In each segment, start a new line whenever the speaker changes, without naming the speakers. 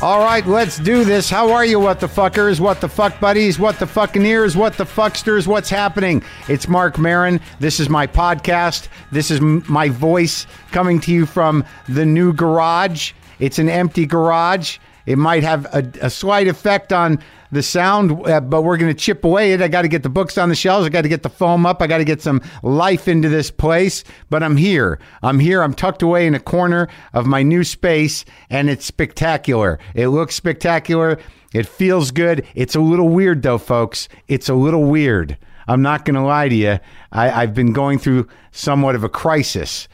All right, let's do this. How are you, what the fuckers, what the fuck buddies, what the fuckineers, what the fucksters, what's happening? It's Mark Marin. This is my podcast. This is m- my voice coming to you from the new garage. It's an empty garage. It might have a, a slight effect on the sound, uh, but we're going to chip away at it. I got to get the books on the shelves. I got to get the foam up. I got to get some life into this place. But I'm here. I'm here. I'm tucked away in a corner of my new space, and it's spectacular. It looks spectacular. It feels good. It's a little weird, though, folks. It's a little weird. I'm not going to lie to you. I, I've been going through somewhat of a crisis.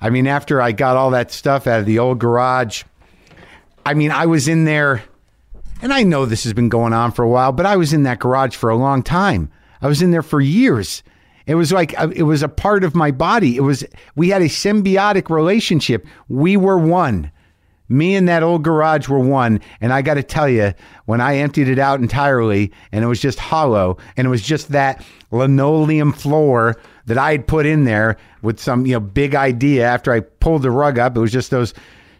I mean, after I got all that stuff out of the old garage, I mean, I was in there, and I know this has been going on for a while, but I was in that garage for a long time. I was in there for years. It was like uh, it was a part of my body. It was we had a symbiotic relationship. We were one. Me and that old garage were one, and I got to tell you, when I emptied it out entirely, and it was just hollow, and it was just that linoleum floor that I had put in there with some you know big idea. After I pulled the rug up, it was just those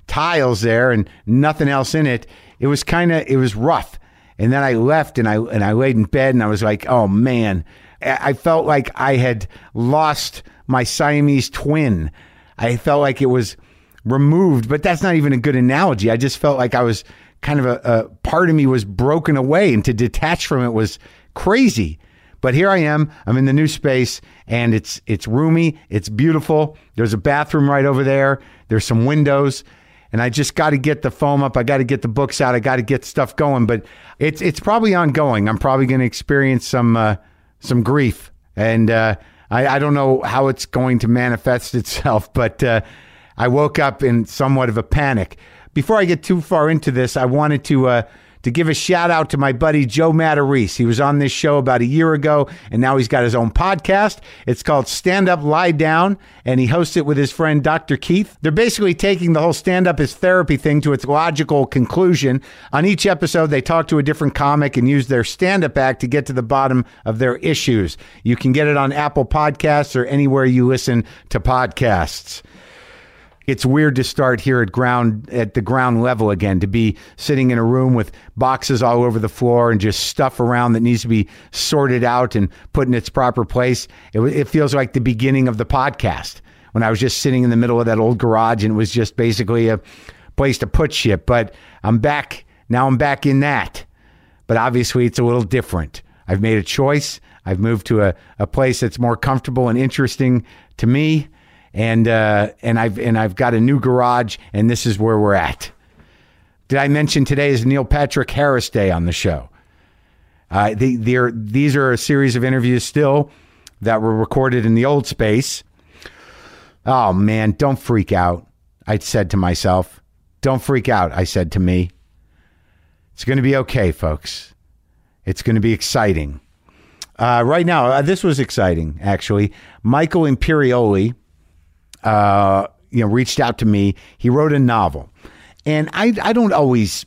tiles there and nothing else in it. It was kind of it was rough. And then I left and I and I laid in bed and I was like, oh man, I I felt like I had lost my Siamese twin. I felt like it was removed, but that's not even a good analogy. I just felt like I was kind of a, a part of me was broken away, and to detach from it was crazy. But here I am. I'm in the new space, and it's it's roomy. It's beautiful. There's a bathroom right over there. There's some windows, and I just got to get the foam up. I got to get the books out. I got to get stuff going. But it's it's probably ongoing. I'm probably going to experience some uh, some grief, and uh, I, I don't know how it's going to manifest itself. But uh, I woke up in somewhat of a panic. Before I get too far into this, I wanted to uh, to give a shout out to my buddy Joe Matarese. He was on this show about a year ago, and now he's got his own podcast. It's called Stand Up, Lie Down, and he hosts it with his friend Dr. Keith. They're basically taking the whole stand up is therapy thing to its logical conclusion. On each episode, they talk to a different comic and use their stand up act to get to the bottom of their issues. You can get it on Apple Podcasts or anywhere you listen to podcasts it's weird to start here at ground at the ground level again to be sitting in a room with boxes all over the floor and just stuff around that needs to be sorted out and put in its proper place it, wa- it feels like the beginning of the podcast when i was just sitting in the middle of that old garage and it was just basically a place to put shit but i'm back now i'm back in that but obviously it's a little different. I've made a choice. I've moved to a, a place that's more comfortable and interesting to me, and uh, and I've and I've got a new garage, and this is where we're at. Did I mention today is Neil Patrick Harris Day on the show? Uh, the, there these are a series of interviews still that were recorded in the old space. Oh man, don't freak out. I said to myself, don't freak out. I said to me. It's going to be okay, folks. It's going to be exciting. Uh, right now, uh, this was exciting, actually. Michael Imperioli uh, you know, reached out to me. He wrote a novel. And I, I don't always,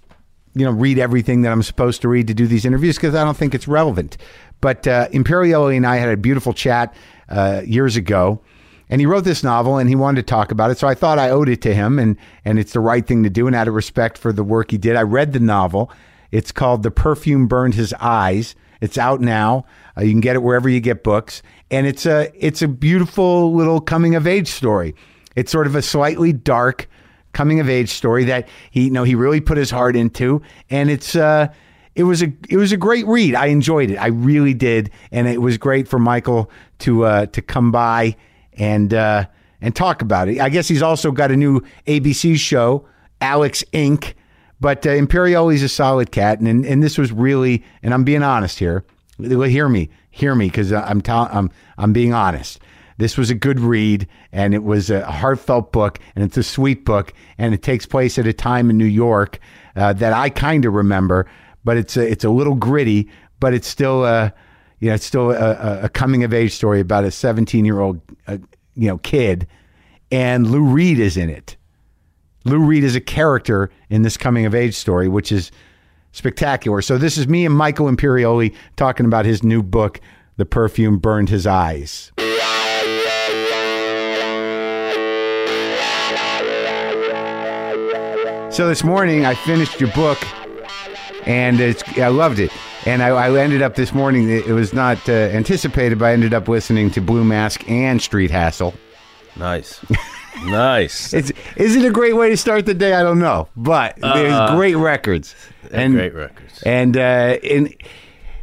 you know, read everything that I'm supposed to read to do these interviews because I don't think it's relevant. But uh, Imperioli and I had a beautiful chat uh, years ago. And he wrote this novel and he wanted to talk about it. So I thought I owed it to him and, and it's the right thing to do. And out of respect for the work he did, I read the novel. It's called The Perfume Burned His Eyes. It's out now. Uh, you can get it wherever you get books, and it's a it's a beautiful little coming of age story. It's sort of a slightly dark coming of age story that he you know he really put his heart into, and it's uh, it was a it was a great read. I enjoyed it. I really did, and it was great for Michael to uh, to come by and uh, and talk about it. I guess he's also got a new ABC show, Alex Inc. But uh, Imperioli's a solid cat, and, and this was really, and I'm being honest here. Well, Hear me, hear me, because I'm tell, I'm I'm being honest. This was a good read, and it was a heartfelt book, and it's a sweet book, and it takes place at a time in New York uh, that I kind of remember, but it's a, it's a little gritty, but it's still a you know it's still a- a, a coming of age story about a 17 year old uh, you know kid, and Lou Reed is in it. Lou Reed is a character in this coming of age story, which is spectacular. So this is me and Michael Imperioli talking about his new book, The Perfume Burned His Eyes. So this morning I finished your book, and it's, I loved it. And I, I ended up this morning. It it was not uh, anticipated, but I ended up listening to Blue Mask and Street Hassle.
Nice. nice.
It's is it a great way to start the day? I don't know, but there's great records and
Uh-huh. great records.
and uh, and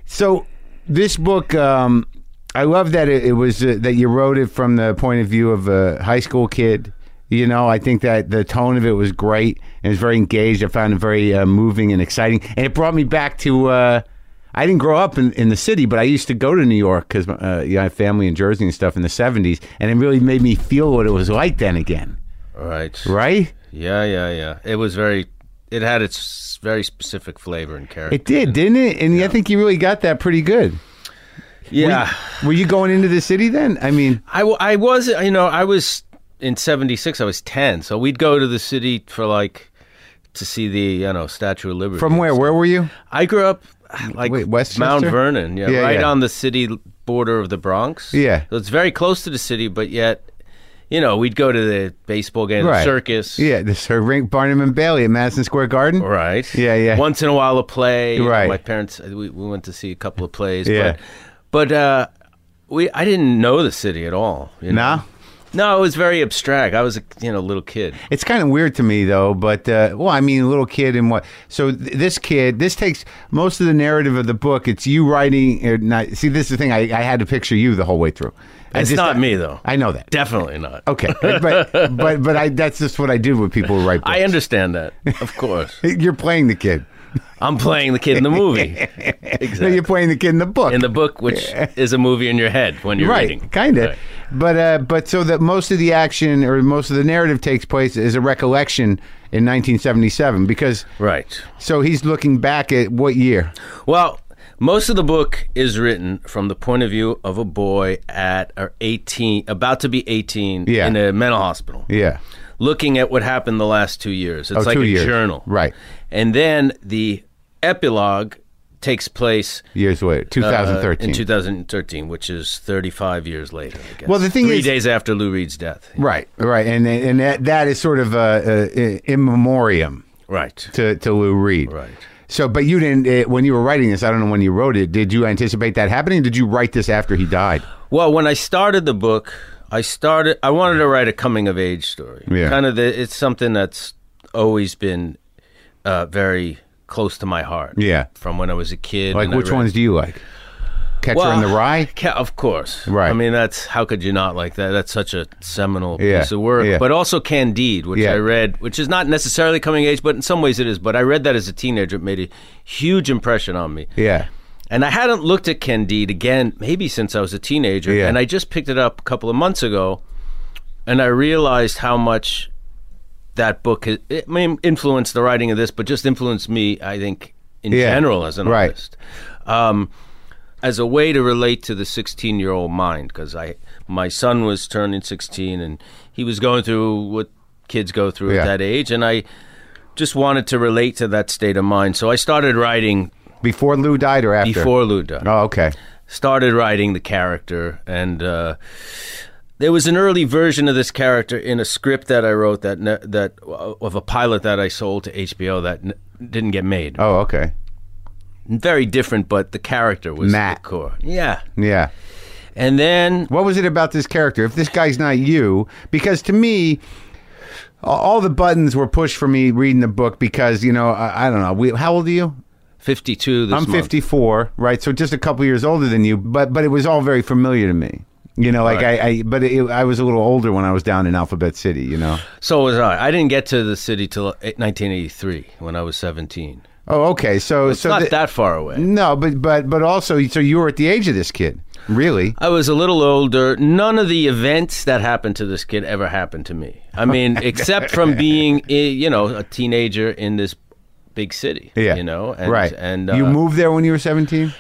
so this book. Um, I love that it, it was uh, that you wrote it from the point of view of a high school kid. You know, I think that the tone of it was great and it was very engaged. I found it very uh, moving and exciting, and it brought me back to. Uh, I didn't grow up in, in the city, but I used to go to New York because uh, you know, I have family in Jersey and stuff in the '70s, and it really made me feel what it was like then again
All right.
right?
Yeah, yeah, yeah. It was very. It had its very specific flavor and character.
It did, didn't it? And I think you really got that pretty good.
yeah.
Were you going into the city then? I mean,
I, w- I was, you know, I was in 76, I was 10. So we'd go to the city for like to see the, you know, Statue of Liberty.
from where? Where were you?
I grew up like
Wait,
Mount
Westchester?
Vernon, yeah,
Yeah,
right
yeah.
on the city border of the Bronx.
Yeah.
So it's very close to the city, but yet, you know, we'd go to the baseball game, the
Right.
circus.
Yeah, the Sir Rink Barnum and Bailey at Madison Square Garden.
Right.
Yeah, yeah.
Once in a while, a play. You know,
Right.
my parents, uh, we, we went to see a couple of plays.
Yeah.
But, but uh, we, I didn't know the city at all. You know?
Nah.
No, it was very abstract. I was a you know little kid.
It's kind of weird to me though, but uh, well, I mean, little kid and what? So th- this kid, this takes most of the narrative of the book. It's you writing. Or not, see, this is the thing. I, I had to picture you the whole way through. I
It's
just- Oh,
not me though.
I know that.
Definitely not.
Okay, but but but I, that's just what I do with people who write books.
I understand that. Of course,
You're playing the kid.
I'm playing the kid in the movie.
No,
Exactly.
you're playing the kid in the book.
in the book, which is a movie in your head when you're reading.
right, kind of.
Right.
But uh, but so that most of the action or most of the narrative takes place is a recollection in 1977 because
Right.
so he's looking back at what year?
Well, most of the book is written from the point of view of a boy at or 18, about to be 18,
Yeah.
in a mental hospital,
Yeah,
looking at what happened the last two years. It's
Oh,
like
two
a
years.
journal.
Right.
And then the epilogue takes place
years later,
uh,
2013.
in 2013, which is 35 years later. I guess.
Well, the thing
three
is-
days after Lou Reed's death.
right, right, and and that, that is sort of uh, uh, in memoriam
Right.
to to Lou Reed.
Right.
So, but you didn't uh, when you were writing this. I don't know when you wrote it. Did you anticipate that happening? Did you write this after he died?
Well, when I started the book, I started. I wanted to write a coming of age story.
Yeah.
Kind of. The, it's something that's always been uh, very close to my heart.
Yeah.
From when I was a kid.
Like
and I
which
read-
ones do you like? Catcher
Well,
in the Rye.
Ca- of course.
Right.
I mean, that's how could you not like that? That's such a seminal
Yeah,
piece of work.
yeah.
But also Candide, which
Yeah.
I read, which is not necessarily coming of age, but in some ways it is. But I read that as a teenager. It made a huge impression on me.
Yeah.
And I hadn't looked at Candide again, maybe since I was a teenager.
Yeah.
And I just picked it up a couple of months ago, and I realized how much that book has, it may influenced the writing of this, but just influenced me, I think, in
Yeah.
general as an
Right.
artist. Um, as a way to relate to the 16 year old mind, because I my son was turning 16 and he was going through what kids go through
Yeah.
at that age, and I just wanted to relate to that state of mind. So I started writing
Before Lou died or after?
before Luda
Oh, okay.
started writing the character and uh, there was an early version of this character in a script that I wrote that ne- that uh, of a pilot that I sold to HBO that n- didn't get made.
Oh, okay.
Very different, but the character was
Matt.
the core. Yeah,
Yeah.
and then
What was it about this character? If this guy's not you, because to me, a- all the buttons were pushed for me reading the book because you know I, I don't know. We, how old are you?
fifty-two. This
I'm
month.
54, right? So just a couple years older than you, but but it was all very familiar to me. You know, like I, I, but it, I was a little older when I was down in Alphabet City. You know.
So was I. I didn't get to the city till eh, 1983 when I was 17.
Oh, okay. So
It's
so
not
the-
that far away.
No, but but but also, so you were at the age of this kid, really?
I was a little older. None of the events that happened to this kid ever happened to me. I mean, except from being, eh, you know, a teenager in this big city.
Yeah.
You know, and,
right.
And
you
uh,
moved there when you were 17.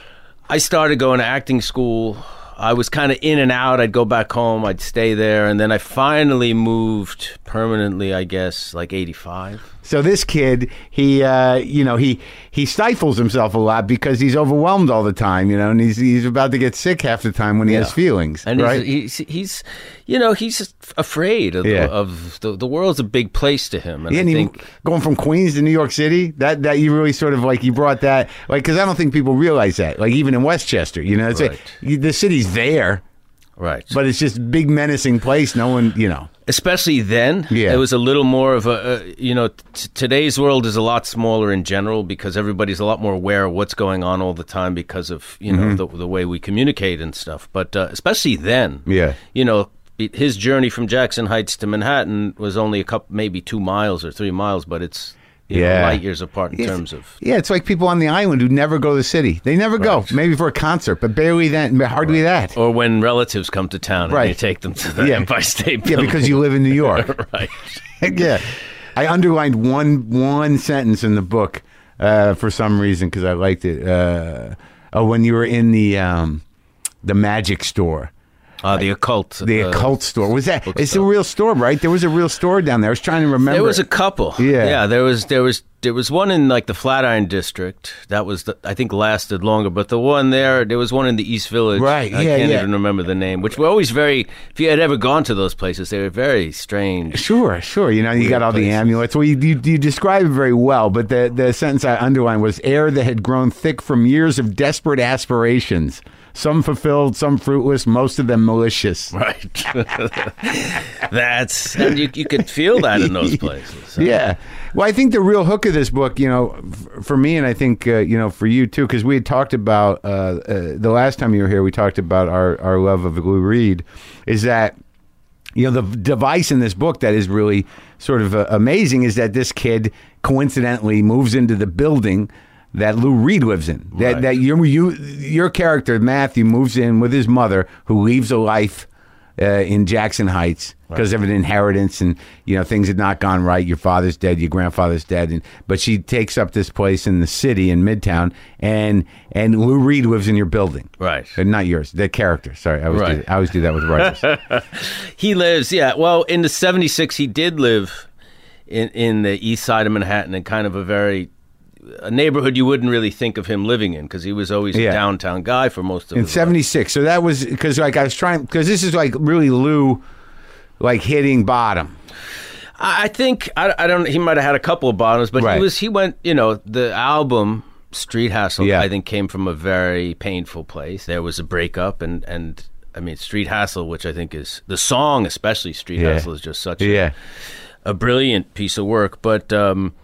I started going to acting school I was kind of in and out. I'd go back home. I'd stay there, and then I finally moved permanently. I guess like '85.
So this kid, he, uh, you know, he he stifles himself a lot because he's overwhelmed all the time, you know, and he's he's about to get sick half the time when he has feelings,
And
right?
he's, he's he's you know he's afraid of,
Yeah.
the, of the the world's a big place to him, and
Yeah,
I
and he-
think
going from Queens to New York City, that that you really sort of like you brought that like because I don't think people realize that like even in Westchester, you know, it's like,
Right.
you- the city's there,
right,
but it's just big menacing place. No one, you know,
especially then.
Yeah.
it was a little more of a uh, you know t- today's world is a lot smaller in general because everybody's a lot more aware of what's going on all the time because of you
Mm-hmm.
know the, the way we communicate and stuff. But uh, especially then,
Yeah.
you know. it- His journey from Jackson Heights to Manhattan was only a couple, maybe two miles or three miles, but it's you know,
Yeah.
light years apart in terms of
yeah, it's like people on the island who never go to the city. They never go, maybe for a concert, but barely that, hardly that.
Or when relatives come to town and you
Right.
take them to the
Yeah.
Empire State
Yeah,
Building.
because you live in New York.
right.
yeah, I underlined one one sentence in the book uh, for some reason because I liked it. Uh, oh, when you were in the um, the magic store.
Uh, the occult.
The
uh,
occult store was that? It's
store.
a real store, right? There was a real store down there. I was trying to remember.
There was a
it.
couple.
Yeah.
Yeah. There was there was there was one in like the Flatiron district that was the, I think lasted longer, but the one there there was one in the East Village.
Right,
I
yeah,
can't
yeah.
even remember the name, which were always very. If you had ever gone to those places, they were very strange.
sure, sure. You know, you got all the
places.
amulets. Well, you, you, you describe it very well, but the the sentence I underlined was air that had grown thick from years of desperate aspirations. Some fulfilled, some fruitless, most of them malicious.
Right. That's and you you could feel that in those places.
Yeah. Well, I think the real hook of this book, you know, f- for me and I think, uh, you know, for you too, because we had talked about uh, uh, the last time you were here, we talked about our, our love of Lou Reed, is that, you know, the device in this book that is really sort of uh, amazing is that this kid coincidentally moves into the building. That Lou Reed lives in. That
Right.
that your you your character Matthew moves in with his mother, who leaves a life uh, in Jackson Heights because of an inheritance and you know things had not gone right. Your father's dead, your grandfather's dead, and but she takes up this place in the city in Midtown, and and Lou Reed lives in your building,
Right.
Uh, not yours, the character. Sorry, I always do,
Right.
I always do that with writers.
He lives, yeah. Well, in the '76, he did live in in the east side of Manhattan, in kind of a very a neighborhood you wouldn't really think of him living in because he was always
Yeah.
a downtown guy for most of
in
his life.
'76, so that was because like I was trying because this is like really Lou, like hitting bottom.
I I think I, I don't. He might have had a couple of bottoms, but
Right.
he was he went. You know, the album Street Hustle,
Yeah.
I think, came from a very painful place. There was a breakup, and and I mean, Street Hustle, which I think is the song, especially Street
Yeah.
Hustle, is just such a
Yeah,
a brilliant piece of work. But um,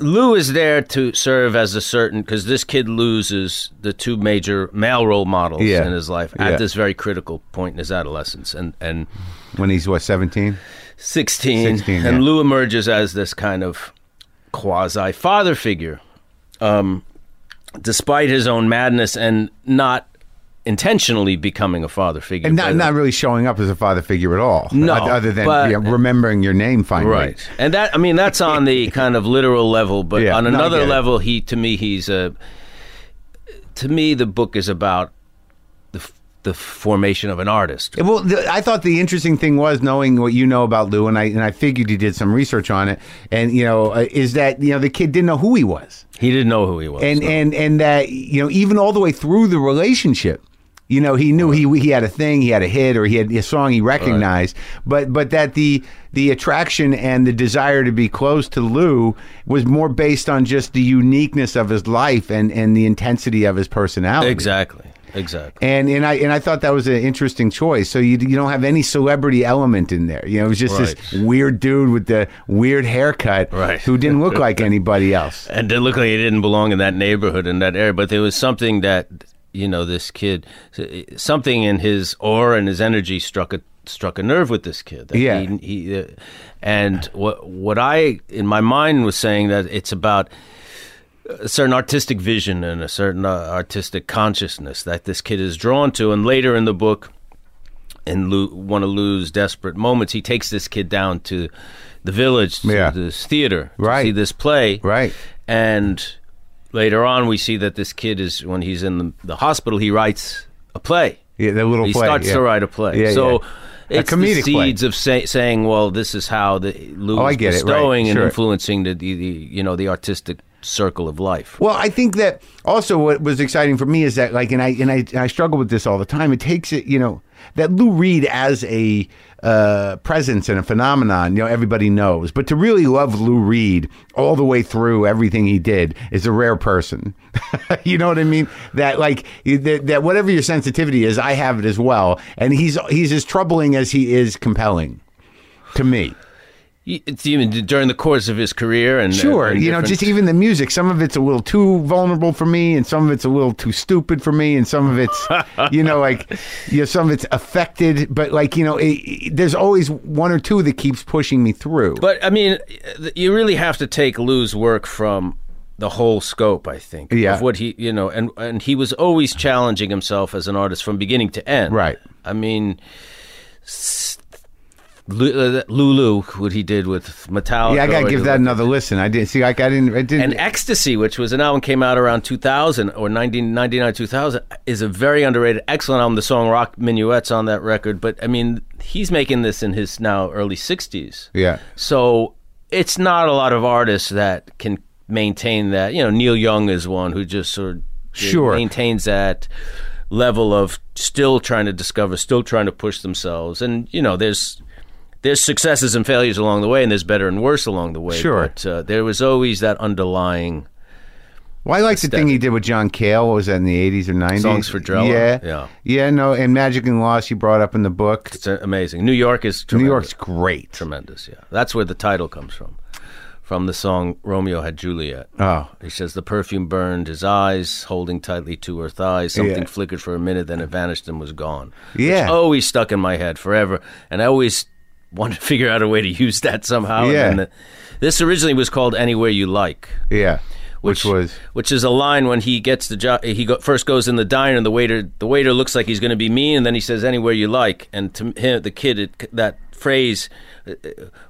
Lou is there to serve as a certain because this kid loses the two major male role models
Yeah.
in his life at
Yeah.
this very critical point in his adolescence, and and
when he's what 17.
16,
16,
and
yeah.
Lou emerges as this kind of quasi father figure, um, despite his own madness and not intentionally becoming a father figure,
And
but-
not, not really showing up as a father figure at all.
No,
oth- Other than
but-
yeah, remembering your name finally.
right and that i mean that's on the kind of literal level but
Yeah,
on
no, I
another
get it.
level he to me he's a to me the book is about the f- the formation of an artist
Well, the, I thought the interesting thing was knowing what you know about Lou, and I and I figured you did some research on it, and you know, uh, is that you know the kid didn't know who he was,
he didn't know who he was
and
no.
and and that you know even all the way through the relationship. You know, he knew he he had a thing, he had a hit, or he had a song he recognized, but but that the the attraction and the desire to be close to Lou was more based on just the uniqueness of his life and and the intensity of his personality.
exactly exactly
And and I and I thought that was an interesting choice. So you you don't have any celebrity element in there. You know, it was just this
Right.
weird dude with the weird haircut
Right.
who didn't look like anybody else.
and it looked like he didn't belong in that neighborhood in that area but there was something that you know this kid something in his aura and his energy struck a struck a nerve with this kid that
Yeah.
he, he uh, and what what i in my mind was saying that it's about a certain artistic vision and a certain uh, artistic consciousness that this kid is drawn to and later in the book in Lou, one of Lou's desperate moments, he takes this kid down to the village, to
Yeah.
this theater, to
Right.
see this play.
Right.
And later on, we see that this kid is, when he's in the, the hospital, he writes a play.
Yeah, the little
he
play.
starts
yeah.
to write a play.
Yeah,
so
yeah. A
it's
comedic
the
play.
seeds of say, saying, "Well, this is how the Lou
Oh, I
is
get it, right,
bestowing and
sure.
influencing the, the, the you know the artistic circle of life."
Well, I think that also what was exciting for me is that like, and I and I, and I struggle with this all the time. It takes it, you know, that Lou Reed as a uh, presence and a phenomenon, you know, everybody knows. But to really love Lou Reed all the way through everything he did is a rare person. you know what I mean? That like you- that, that whatever your sensitivity is, I have it as well. And he's he's as troubling as he is compelling to me.
He- It's even d- during the course of his career, and
Sure,
and
you know,
different-
just even the music. Some of it's a little too vulnerable for me, and some of it's a little too stupid for me, and some of it's, you know, like, you know, some of it's affected. But like, you know, it, it- there's always one or two that keeps pushing me through.
But I mean, th- you really have to take Lou's work from the whole scope, I think,
Yeah.
of what he, you know, and and he was always challenging himself as an artist from beginning to end.
Right.
I mean, s- Lu- uh, Lulu, what he did with Metallica.
yeah, I gotta
or
give
the-
that another listen. I didn't see, like, I didn't, I didn't.
And Ecstasy, which was an album came out around 2000 or 1999, 2000, is a very underrated, excellent album. The song Rock Minuet's on that record. But I mean, he's making this in his now early 60s.
Yeah.
So it's not a lot of artists that can maintain that. You know, Neil Young is one who just sort of
Sure.
maintains that level of still trying to discover, still trying to push themselves. And, you know, there's. There's successes and failures along the way, and there's better and worse along the way.
Sure.
But uh, there was always that underlying
Well, I like the thing he did with John Cale. What was that in the '80s or '90s?
Songs for Drella,
Yeah,
yeah.
yeah. No, and Magic and Loss you brought up in the book.
It's uh, amazing. New York is
New
tremendous.
York's great.
tremendous. Yeah, that's where the title comes from, from the song "Romeo Had Juliet."
Oh,
He says the perfume burned his eyes, holding tightly to her thighs. Something
Yeah.
flickered for a minute, then it vanished and was gone.
Yeah.
which always stuck in my head forever, and I always wanted to figure out a way to use that somehow. And
Yeah.
then the- this originally was called "Anywhere You Like."
yeah. Which, was
which is a line when he gets the job. He go, first goes in the diner, and the waiter the waiter looks like he's going to be mean, and then he says anywhere you like. And to him, the kid, it, that phrase uh,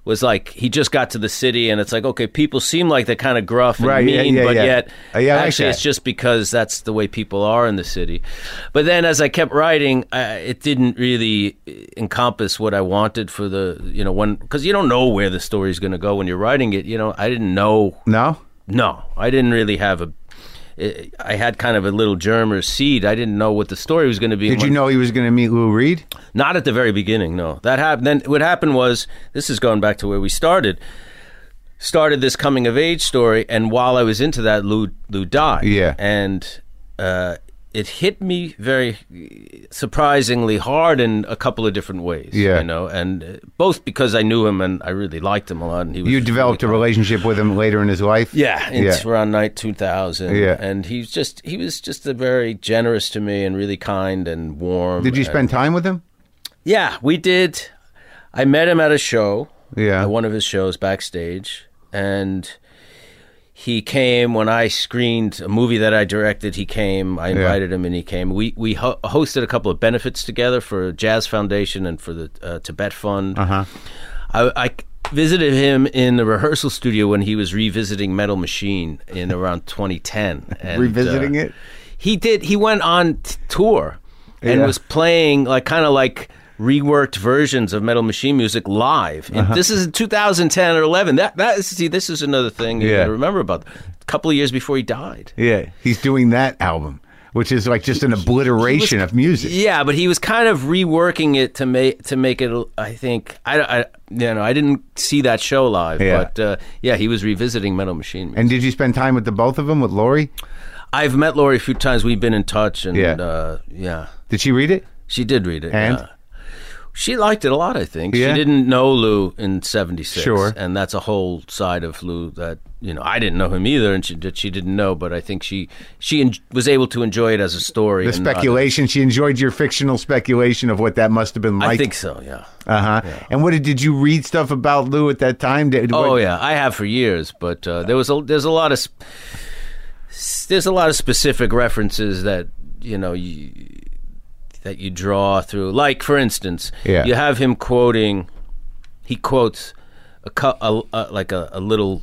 was like he just got to the city, and it's like okay, people seem like they're kind of gruff and
Right, yeah,
mean,
yeah,
but
yeah.
yet
Uh, yeah, I like
actually
that.
it's just because that's the way people are in the city. But then as I kept writing, I, it didn't really uh, encompass what I wanted for the you know one because you don't know where the story's going to go when you're writing it. You know, I didn't know
no.
no, I didn't really have a. I- I had kind of a little germ or seed. I didn't know what the story was going to be.
Did you know he was going to meet Lou Reed?
Not at the very beginning. No, that happened. Then what happened was this is going back to where we started. Started this coming of age story, and while I was into that, Lou Lou died.
Yeah.
and uh, it hit me very surprisingly hard in a couple of different ways.
Yeah.
you know, and uh, both because I knew him and I really liked him a lot, and he was
You developed a relationship with him later in his life.
yeah, it's
Yeah.
around night two thousand.
Yeah.
and he's just he was just a very generous to me and really kind and warm.
Did you
and-
spend time with him?
yeah, we did. I met him at a show.
Yeah.
At one of his shows backstage. And he came when I screened a movie that I directed. He came. I invited him and he came. We we ho- hosted a couple of benefits together for Jazz Foundation and for the uh, Tibet Fund. Uh-huh. I, I visited him in the rehearsal studio when he was revisiting Metal Machine in around 2010. And, uh,
Revisiting it?
he did he went on t- tour and
Yeah.
was playing like kind of like reworked versions of metal machine music live And
Uh-huh.
this is in 2010 or 11 that that is see this is another thing you
Yeah.
gotta remember about a couple of years before he died
Yeah. He's doing that album, which is like just an obliteration of music.
yeah but he was kind of reworking it to make to make it i think i, I you know i didn't see that show live
Yeah.
but uh, yeah he was revisiting metal machine music.
And did you spend time with the both of them, with Lori?
i've met Lori a few times we've been in touch and
Yeah.
uh, yeah
Did she read it?
She did read it.
And?
yeah. She liked it a lot, I think.
Yeah.
She didn't know Lou in 76.
Sure.
And that's a whole side of Lou that, you know, I didn't know him either and she, that she didn't know, but I think she she en- was able to enjoy it as a story.
The
and not-
speculation. She enjoyed your fictional speculation of what that must have been
I
like.
think so, yeah.
Uh huh. And what did, did you read stuff about Lou at that time? Did,
Oh
what-
yeah, I have for years, but uh, there was a, there's a lot of sp- s- there's a lot of specific references that you know you, that you draw through. Like for instance,
Yeah.
you have him quoting, he quotes a, cou- a, a like a, a little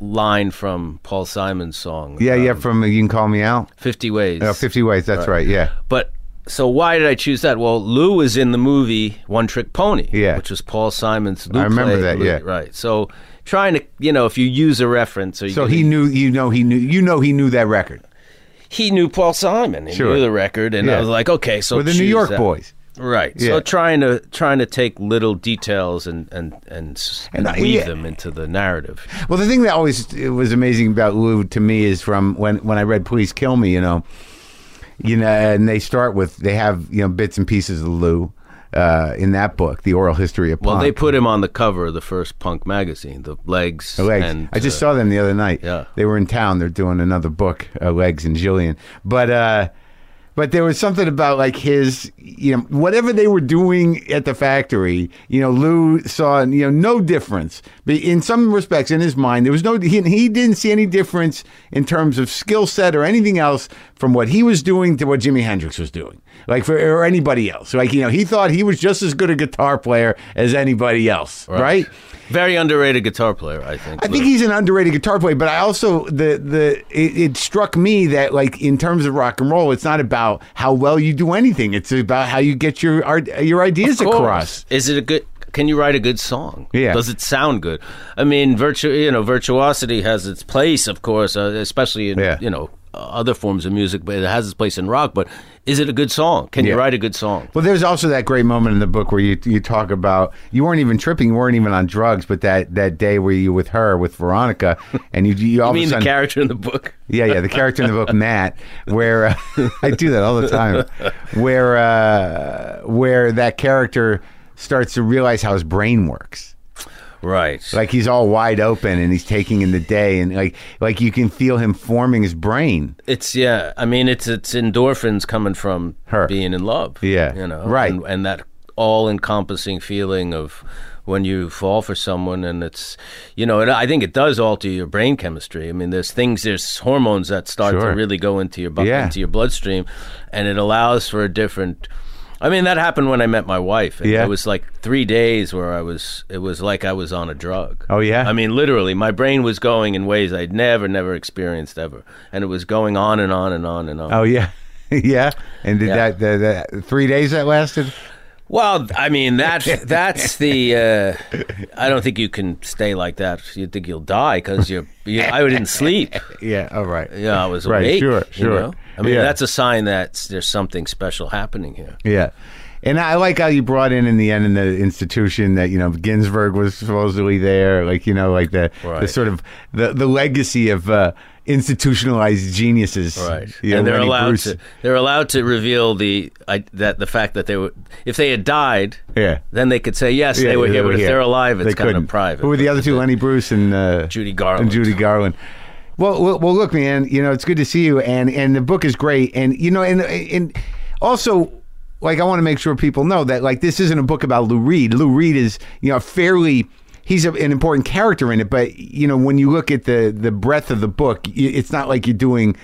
line from Paul Simon's song.
Yeah,
uh,
yeah, from You Can Call Me Out.
Fifty Ways.
Uh, 50 Ways, that's right. Yeah.
But so why did I choose that? Well, Lou was in the movie One Trick Pony,
Yeah.
which was Paul Simon's. Lou
I remember
play
that,
Lou,
yeah.
right. So trying to, you know, if you use a reference, so, you
So
can-
he knew, you know, he knew, you know, he knew that record
he knew Paul Simon, he
Sure.
knew the record, and
Yeah.
I was like, okay, so
with the New
choose
York
Oh, that.
Boys.
right?
Yeah.
So trying to trying to take little details and and and, s-
And
and
I-
weave
yeah.
them into the narrative.
Well, the thing that always uh, was amazing about Lou to me is from when when I read Please Kill Me, you know, you know, and they start with they have you know bits and pieces of Lou uh, in that book, The Oral History of Punk.
Well, they put him on the cover of the first punk magazine, the legs.
The legs.
And, uh,
I just saw them the other night.
yeah.
they were in town. They're doing another book, uh, Legs and Jillian. But uh, but there was something about like his, you know, whatever they were doing at the factory. You know, Lou saw you know no difference. But in some respects, in his mind, there was no he, he didn't see any difference in terms of skill set or anything else from what he was doing to what Jimi Hendrix was doing, like for or anybody else. Like you know, he thought he was just as good a guitar player as anybody else, right?
uh, Very underrated guitar player, I think.
I think
Lou.
he's an underrated guitar player, but I also the the it, it struck me that like in terms of rock and roll, it's not about how well you do anything; it's about how you get your art, your ideas
Of course.
across.
Is it a good? Can you write a good song?
Yeah.
Does it sound good? I mean, virtu you know, virtuosity has its place, of course, uh, especially in
Yeah.
you know uh, other forms of music, but it has its place in rock. But is it a good song? Can
Yeah.
you write a good song?
Well, there's also that great moment in the book where you you talk about you weren't even tripping, you weren't even on drugs, but that that day where you with her with Veronica, and you you all
I mean,
of a
the
sudden
character in the book.
Yeah, yeah, the character in the book Matt, where uh, I do that all the time, where uh, where that character starts to realize how his brain works.
Right.
Like he's all wide open and he's taking in the day, and like like you can feel him forming his brain.
It's yeah. I mean, it's it's endorphins coming from
Her.
being in love.
Yeah.
you know,
Right.
and, and that all-encompassing feeling of when you fall for someone, and it's you know, it, I think it does alter your brain chemistry. I mean, there's things, there's hormones that start
Sure.
to really go into your bu-
Yeah.
into your bloodstream, and it allows for a different. I mean, that happened when I met my wife. and
Yeah.
It was like three days where I was. It was like I was on a drug.
Oh, yeah?
I mean. I mean, literally, my brain was going in ways I'd never, never experienced ever, and it was going on and on and on and on.
Oh yeah, yeah. And did
Yeah.
that the, the three days that lasted?
Well, I mean that that's the. Uh, I don't think you can stay like that. You think you'll die because you're. You, I didn't sleep.
Yeah. All right.
Yeah, I was
Right,
awake.
sure,
you
sure.
know? I mean,
Yeah.
that's a sign that there's something special happening here.
Yeah. And I like how you brought in in the end in the institution that you know Ginsburg was supposedly there, like you know, like the the
Right.
sort of the the legacy of uh, institutionalized geniuses,
Right,
You know,
and they're
Lenny
allowed
Bruce.
to they're allowed to reveal the I, that the fact that they were if they had died,
Yeah.
then they could say yes
Yeah,
they were here. But if
here.
they're alive, it's
They
kind
couldn't.
of private.
Who were the other two? Lenny Bruce and uh,
Judy Garland.
And Judy Garland. Well, well, well, look, man. You know, it's good to see you, and and the book is great, and you know, and and also. Like I want to make sure people know that like this isn't a book about Lou Reed. Lou Reed is you know fairly he's a, an important character in it, but you know when you look at the the breadth of the book, y- it's not like you're doing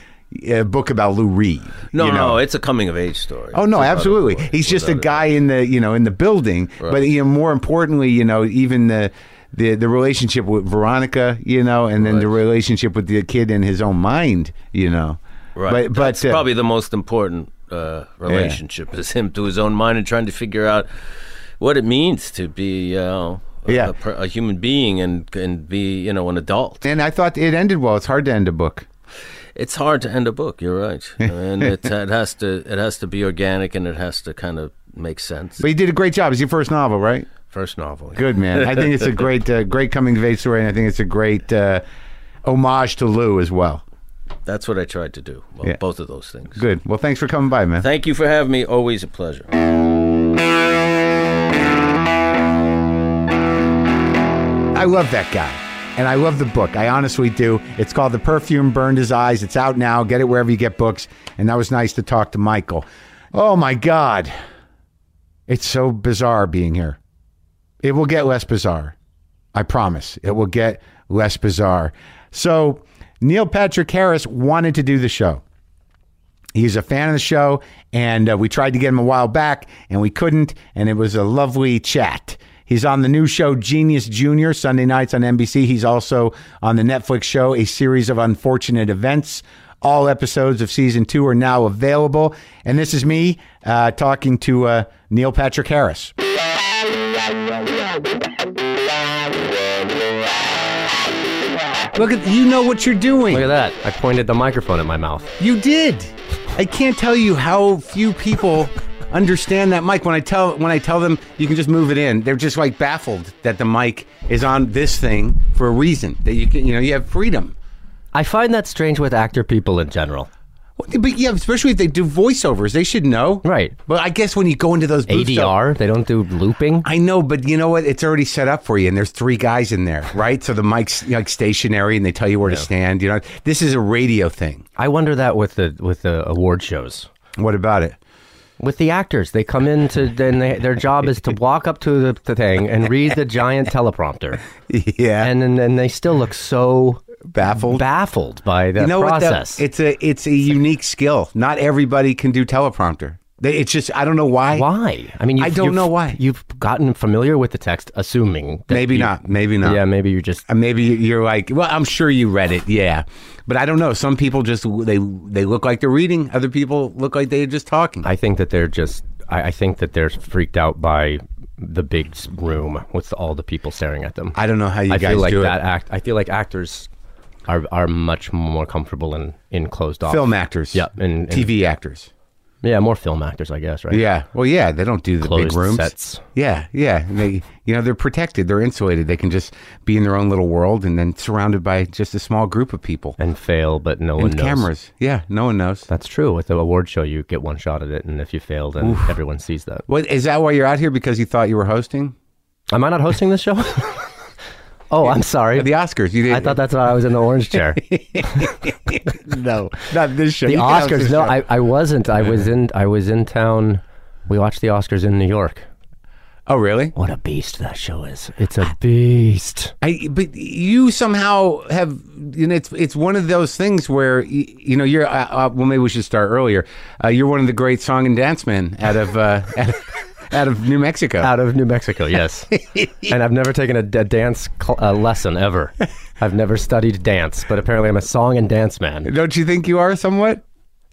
a book about Lou Reed.
No,
you know?
no, it's a coming of age story.
Oh no,
It's about
absolutely.
boy,
He's just a
without
guy in the you know in the building, but you know more importantly, you know even the. The, the relationship with Veronica, you know, and then the relationship with the kid in his own mind, you know.
a- Right.
But but
That's
uh,
probably the most important uh, relationship is him to his own mind and trying to figure out what it means to be, you know, a,
Yeah.
a, per- a human being and and be, you know, an adult.
and I thought it ended well. It's hard to end a book.
It's hard to end a book. You're right, and it, it has to it has to be organic and it has to kind of make sense.
But you did a great job. It's your first novel, right?
First novel.
Good man. I think it's a great uh, great coming of age story and I think it's a great uh, homage to Lou as well.
That's what I tried to do. Well,
Yeah.
both of those things.
Good. Well, thanks for coming by, man.
Thank you for having me. Always a pleasure.
I love that guy. And I love the book. I honestly do. It's called The Perfume Burned His Eyes. It's out now. Get it wherever you get books. And that was nice to talk to Michael. Oh my God. It's so bizarre being here. It will get less bizarre. I promise. It will get less bizarre. So, Neil Patrick Harris wanted to do the show. He's a fan of the show, and uh, we tried to get him a while back, and we couldn't, and it was a lovely chat. He's on the new show Genius Junior Sunday nights on NBC. He's also on the Netflix show A Series of Unfortunate Events All episodes of season two are now available. And this is me uh, talking to uh, Neil Patrick Harris. Look at you know what you're doing.
Look at that. I pointed the microphone at my mouth.
You did. I can't tell you how few people understand that mic. When I tell when I tell them you can just move it in, they're just like baffled that the mic is on this thing for a reason. That you can you know you have freedom.
I find that strange with actor people in general.
But yeah, especially if they do voiceovers, they should know.
Right.
But I guess when you go into those booths, though-
ADR, they don't do looping.
I know, but you know what? It's already set up for you, and there's three guys in there, right? So the mic's like stationary, and they tell you where to stand. You know, this is a radio thing.
I wonder that with the with the award shows.
What about it?
With the actors, they come in to then they, their job is to walk up to the, the thing and read the giant teleprompter,
Yeah,
and then and they still look so
baffled.
baffled by that
you know
process.
what? Though? It's a it's a unique skill. Not everybody can do teleprompter. They- It's just I don't know why.
why? I mean, you've,
I don't
you've-
know why.
You've gotten familiar with the text, assuming that
Maybe
you-
not. Maybe not.
Yeah, maybe you're just
Uh, Maybe you're like, well, I'm sure you read it, yeah, but I don't know. Some people just they they look like they're reading. Other people look like they're just talking.
I think that they're just. I, I think that they're freaked out by the big s- room with all the people staring at them.
I don't know how you
I
guys
feel like
do
that
it.
act. I feel like actors are are much more comfortable in in closed off
Film actors,
Yep, and- and-
TV actors.
Yeah, more film actors, I guess. Right.
Yeah. Well, yeah, they don't do the big
Closed
rooms.
sets.
Yeah, yeah. And they, you know, they're protected. They're insulated. They can just be in their own little world and then surrounded by just a small group of people
And fail, but no one
and
knows.
cameras. Yeah, no one knows.
That's true. With the award show, you get one shot at it, and if you fail, then everyone sees that.
What is that? Why you're out here? Because you thought you were hosting
Am I not hosting this show? oh, I'm sorry.
the Oscars? You did.
I thought that's why I was in the orange chair.
no, not this show.
The
You can host
Oscars.
this
No,
show.
I, I wasn't. I was in I was in town. We watched the Oscars in New York.
Oh, really?
What a beast that show is. It's a beast.
I, but you somehow have, you know, it's it's one of those things where you, you know you're. Uh, uh, well, maybe we should start earlier. Uh, you're one of the great song and dance men out of uh, out, out of New Mexico.
Out of New Mexico, yes. and I've never taken a d- dance cl- uh, lesson ever. I've never studied dance, but apparently I'm a song and dance man.
Don't you think you are somewhat?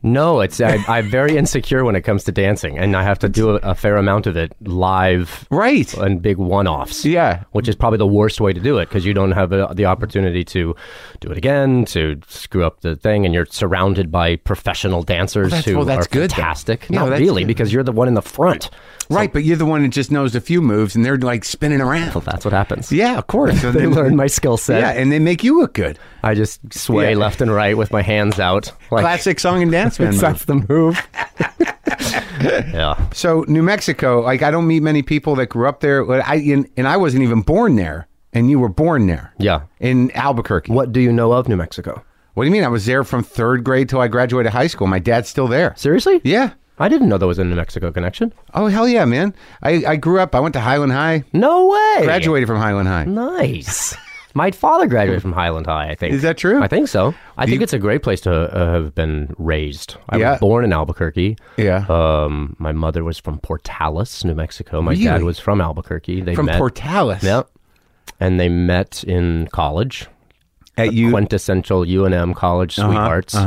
No, it's I, I'm very insecure when it comes to dancing, and I have to do a, a fair amount of it live
Right.
and big one-offs.
Yeah.
which is probably the worst way to do it because you don't have uh the opportunity to do it again, to screw up the thing, and you're surrounded by professional dancers
that's-
who
well, that's
are
good, though.
fantastic.
No,
Not
that's
really,
good.
because you're the one in the front.
Right, but you're the one that just knows a few moves and they're like spinning around.
That's what happens.
Yeah, of course. So
They learn my skill set.
Yeah, and they make you look good.
I just sway
Yeah.
left and right with my hands out. Like,
Classic song and dance man.
It's-
move.
that's the move. yeah.
So New Mexico, like I don't meet many people that grew up there. But I and, and I wasn't even born there, and you were born there.
Yeah.
in Albuquerque.
What do you know of New Mexico?
What do you mean? I was there from third grade till I graduated high school. My dad's still there.
Seriously?
Yeah.
I didn't know there was a New Mexico connection.
Oh hell yeah, man! I, I grew up. I went to Highland High.
No way.
Graduated from Highland High.
Nice. My father graduated from Highland High, I think.
Is that true?
I think so. I think it's a great place to uh, have been raised. I
Yeah.
was born in Albuquerque.
Yeah.
Um, my mother was from Portales, New Mexico. My dad
Really?
was from Albuquerque. They
from
met,
Portales.
Yeah. And they met in college,
At you. Uh-huh,
quintessential UNM college sweethearts,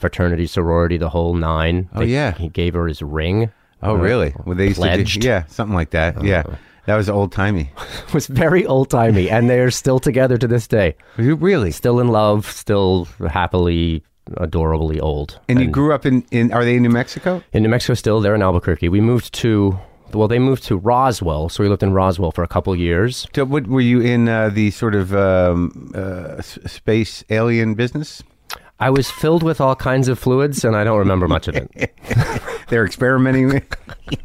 fraternity, sorority, the whole nine. Oh,
yeah.
He gave her his ring.
oh really? Well, they used
Pledged.
to. Do, yeah, something like that. Yeah, that was old timey.
It was very old timey, and they are still together to this day.
Really?
Still in love, still happily, adorably old.
And you grew up in, in are they in New Mexico?
in New Mexico still. They're in Albuquerque. We moved to well, they moved to Roswell, so we lived in Roswell for a couple years.
So what were you in uh, the sort of um, uh, s- space alien business?
I was filled with all kinds of fluids, and I don't remember much of it.
They're experimenting. with-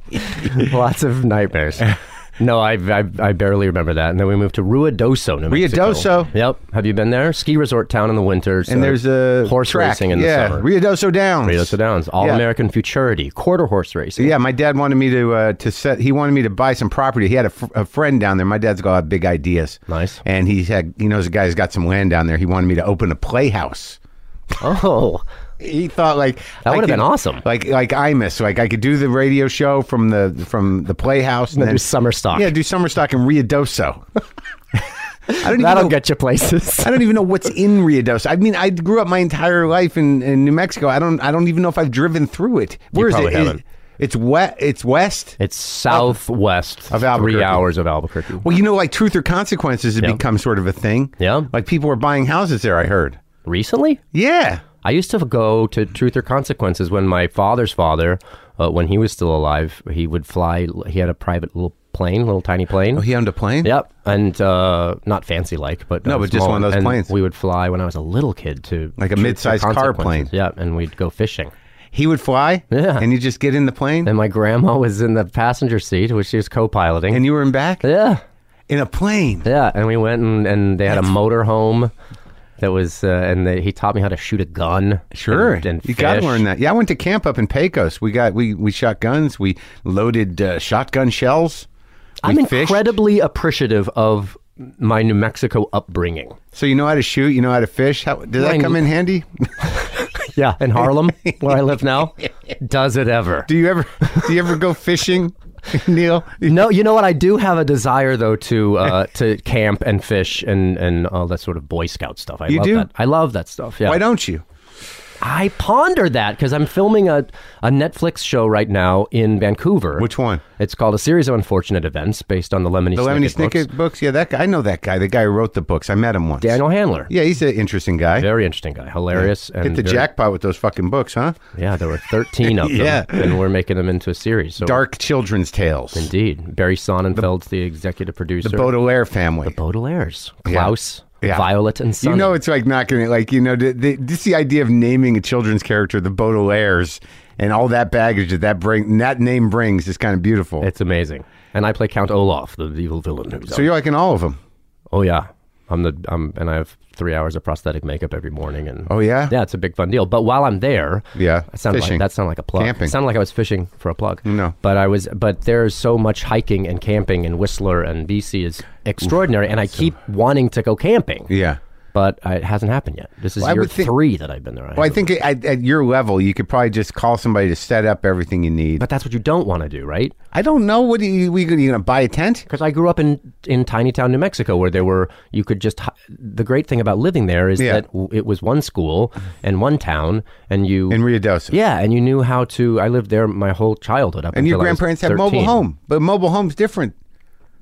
Lots of nightmares. No, I, I I barely remember that. And then we moved to Ruidoso, New Mexico.
Ruidoso.
Yep. Have you been there? Ski resort town in the winter. so
and there's a
horse
track.
racing in
yeah,
the summer.
Ruidoso Downs.
Ruidoso Downs, all
Yeah.
American futurity, quarter horse racing.
Yeah, my dad wanted me to uh, to set. He wanted me to buy some property. He had a, fr- a friend down there. My dad's got big ideas.
Nice.
And he had he knows a guy who's got some land down there. He wanted me to open a playhouse.
Oh,
He thought like
That
I
would've
could-
been awesome.
Like like Imus, like I could do the radio show from the from the playhouse and
then
then
do summer stock.
Yeah, do summer stock in Ruidoso. I don't even
That'll
know,
get you places.
I don't even know what's in Riadosa. I mean, I grew up my entire life in, in New Mexico. I don't I don't even know if I've driven through it. Where is
probably
it? Is-
haven't.
it's wet. It's west.
It's southwest
Of
three
Albuquerque.
hours of Albuquerque.
Well, you know, like truth or consequences has
Yeah.
become sort of a thing.
Yeah.
Like people were buying houses there. I heard.
Recently?
Yeah.
I used to go to Truth or Consequences when my father's father, uh, when he was still alive, he would fly. He had a private little plane, little tiny plane.
Oh, he owned a plane.
Yep, and uh, not fancy like, but
No,
uh,
but just
small
one of those
And
planes.
We would fly when I was a little kid to
Like a
Truth or
mid-sized car plane.
Consequences. Yeah, and we'd go fishing.
He would fly.
Yeah.
And you just get in the plane,
And my grandma was in the passenger seat, which she was co-piloting.
and you were in back
yeah,
in a plane.
yeah, and we went and, and they had a motor home that was, uh, and they, he taught me how to shoot a gun.
Sure,
and, and
you got to
fish.
learn that. Yeah, I went to camp up in Pecos. We got we we shot guns. We loaded uh, shotgun shells. We
I'm
fished.
incredibly appreciative of my New Mexico upbringing.
So you know how to shoot. You know how to fish. How did that
Mine-
come in handy?
Yeah, in Harlem, where I live now, does it ever?
Do you ever do you ever go fishing, Neil?
No, you know what? I do have a desire though to uh, to camp and fish and and all that sort of Boy Scout stuff. I
You
love
do?
that. I love that stuff. Yeah,
Why don't you?
I ponder that because I'm filming a a Netflix show right now in Vancouver.
Which one?
It's called a series of unfortunate events based on the Lemony
The Lemony
Snicket
Snicket
books.
books. Yeah, that guy. I know that guy. The guy who wrote the books. I met him once.
Daniel Handler.
Yeah, he's an interesting guy.
Very interesting guy, hilarious. And uh,
Hit the
very-
jackpot with those fucking books, huh?
Yeah, there were 13 of them.
Yeah.
And we're making them into a series. So
Dark children's tales.
Indeed. Barry Sonnenfeld's the executive producer.
The Baudelaire family.
Baudelaire's. Klaus,
Yeah.
Violet, and Sonny.
You know, it's like not going to like you know the, the, just the idea of naming a children's character the Baudelaires and all that baggage that that bring that name brings is kind of beautiful.
It's amazing. And I play Count Olaf, the evil villain. Who's
so you're like in all of them.
oh, yeah. I'm the I'm and I have three hours of prosthetic makeup every morning and
Oh, yeah?
yeah it's a big fun deal. But while I'm there,
Yeah,
it sounded
fishing.
like, that sounded like a plug.
Camping.
It sounded like I was fishing for a plug.
No.
but I was but there's so much hiking and camping and Whistler and BC is extraordinary, and I keep wanting to go camping.
Yeah.
but I, it hasn't happened yet. This is
Well, I
year
would think-
three that I've been there. I
Well, I
haven't-
think at, at your level, you could probably just call somebody to set up everything you need.
but that's what you don't want to do, right?
I don't know. What are you, we going to buy a tent?
Because I grew up in in tiny town New Mexico, where there were you could just hi- the great thing about living there is
Yeah.
that w- it was one school and one town, and you
In Rio Dosa.
yeah, and you knew how to. I lived there my whole childhood up.
And your
until I was
grandparents have mobile
13.
home, but mobile home's different.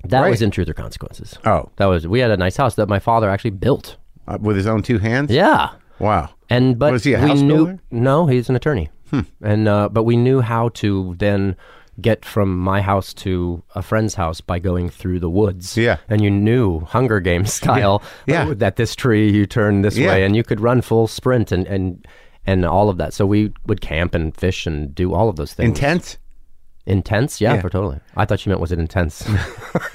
That
right?
was in Truth or Consequences.
Oh.
that was we had a nice house that my father actually built.
Uh, with his own two hands?
Yeah,
Wow.
and but
Was he a
we
house
knew
builder? Hmm.
no, he's an attorney, and uh, but we knew how to then get from my house to a friend's house by going through the woods.
Yeah.
and you knew Hunger Games style.
Yeah.
uh, that this tree you turn this
Yeah.
way, and you could run full sprint and and and all of that. So we would camp and fish and do all of those things.
Intense?
intense, yeah,
Yeah.
for totally. I thought you meant was it intense?